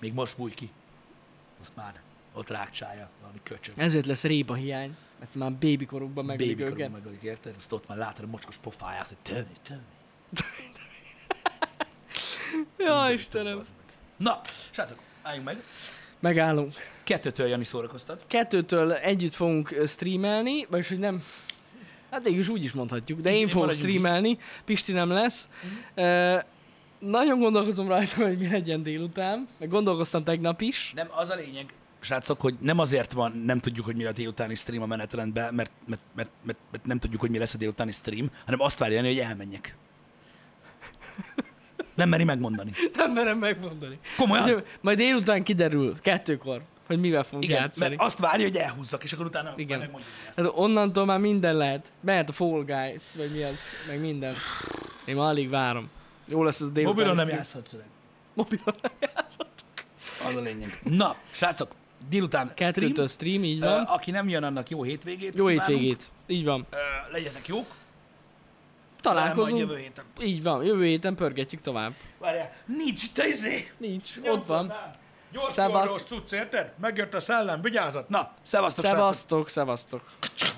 Speaker 1: Még most búj ki. Azt már ott rákcsája, valami köcsög.
Speaker 2: Ezért lesz réba hiány, mert már bébikorukban megölik
Speaker 1: Bébikorban
Speaker 2: őket.
Speaker 1: megölik, érted? Azt ott már látod a mocskos pofáját, hogy tönni, tönni.
Speaker 2: Ja, Istenem.
Speaker 1: Bazd meg. Na, srácok, álljunk meg.
Speaker 2: Megállunk.
Speaker 1: Kettőtől Jani szórakoztat.
Speaker 2: Kettőtől együtt fogunk ö, streamelni, vagyis hogy nem... Hát végülis úgy is mondhatjuk, de én
Speaker 1: Így,
Speaker 2: fogok
Speaker 1: maradjunk így.
Speaker 2: streamelni, Pisti nem lesz. Ö, nagyon gondolkozom rajta, hogy mi legyen délután, meg gondolkoztam tegnap is.
Speaker 1: Nem, az a lényeg, srácok, hogy nem azért van, nem tudjuk, hogy mi a délutáni stream a menetrendben, mert, mert, mert, mert, mert nem tudjuk, hogy mi lesz a délutáni stream, hanem azt várja Jani, hogy elmenjek. Nem meri megmondani.
Speaker 2: Nem merem megmondani.
Speaker 1: Komolyan?
Speaker 2: Úgyhogy Majd délután kiderül, kettőkor, hogy mivel fogunk Igen,
Speaker 1: Igen,
Speaker 2: játszani.
Speaker 1: mert azt várja, hogy elhúzzak, és akkor utána
Speaker 2: Igen.
Speaker 1: Igen. megmondjuk mi lesz.
Speaker 2: Hát onnantól már minden lehet. Mehet a Fall Guys, vagy mi az, meg minden. Én már alig várom. Jó lesz az délután.
Speaker 1: Mobilon nem
Speaker 2: stream.
Speaker 1: játszhatsz öreg.
Speaker 2: Mobilon nem játszhatok.
Speaker 1: Az a lényeg. Na, srácok, délután
Speaker 2: Kettőtől
Speaker 1: stream.
Speaker 2: stream, így
Speaker 1: Ö,
Speaker 2: van.
Speaker 1: Aki nem jön, annak jó hétvégét.
Speaker 2: Jó
Speaker 1: kívánunk.
Speaker 2: hétvégét. Így van.
Speaker 1: Ö, Legyetek jók. Talán majd
Speaker 2: Találkozunk.
Speaker 1: jövő héten.
Speaker 2: Így van. Jövő héten pörgetjük tovább.
Speaker 1: Várjál, nincs itt a izé.
Speaker 2: Nincs. Ott
Speaker 1: Nyomkodnám.
Speaker 2: van.
Speaker 1: Gyors
Speaker 2: Szevasz.
Speaker 1: Szevasz. cucc, érted? Megjött a szellem, vigyázat. Na, szevasztok, srácok.
Speaker 2: Szevasztok, szevasztok.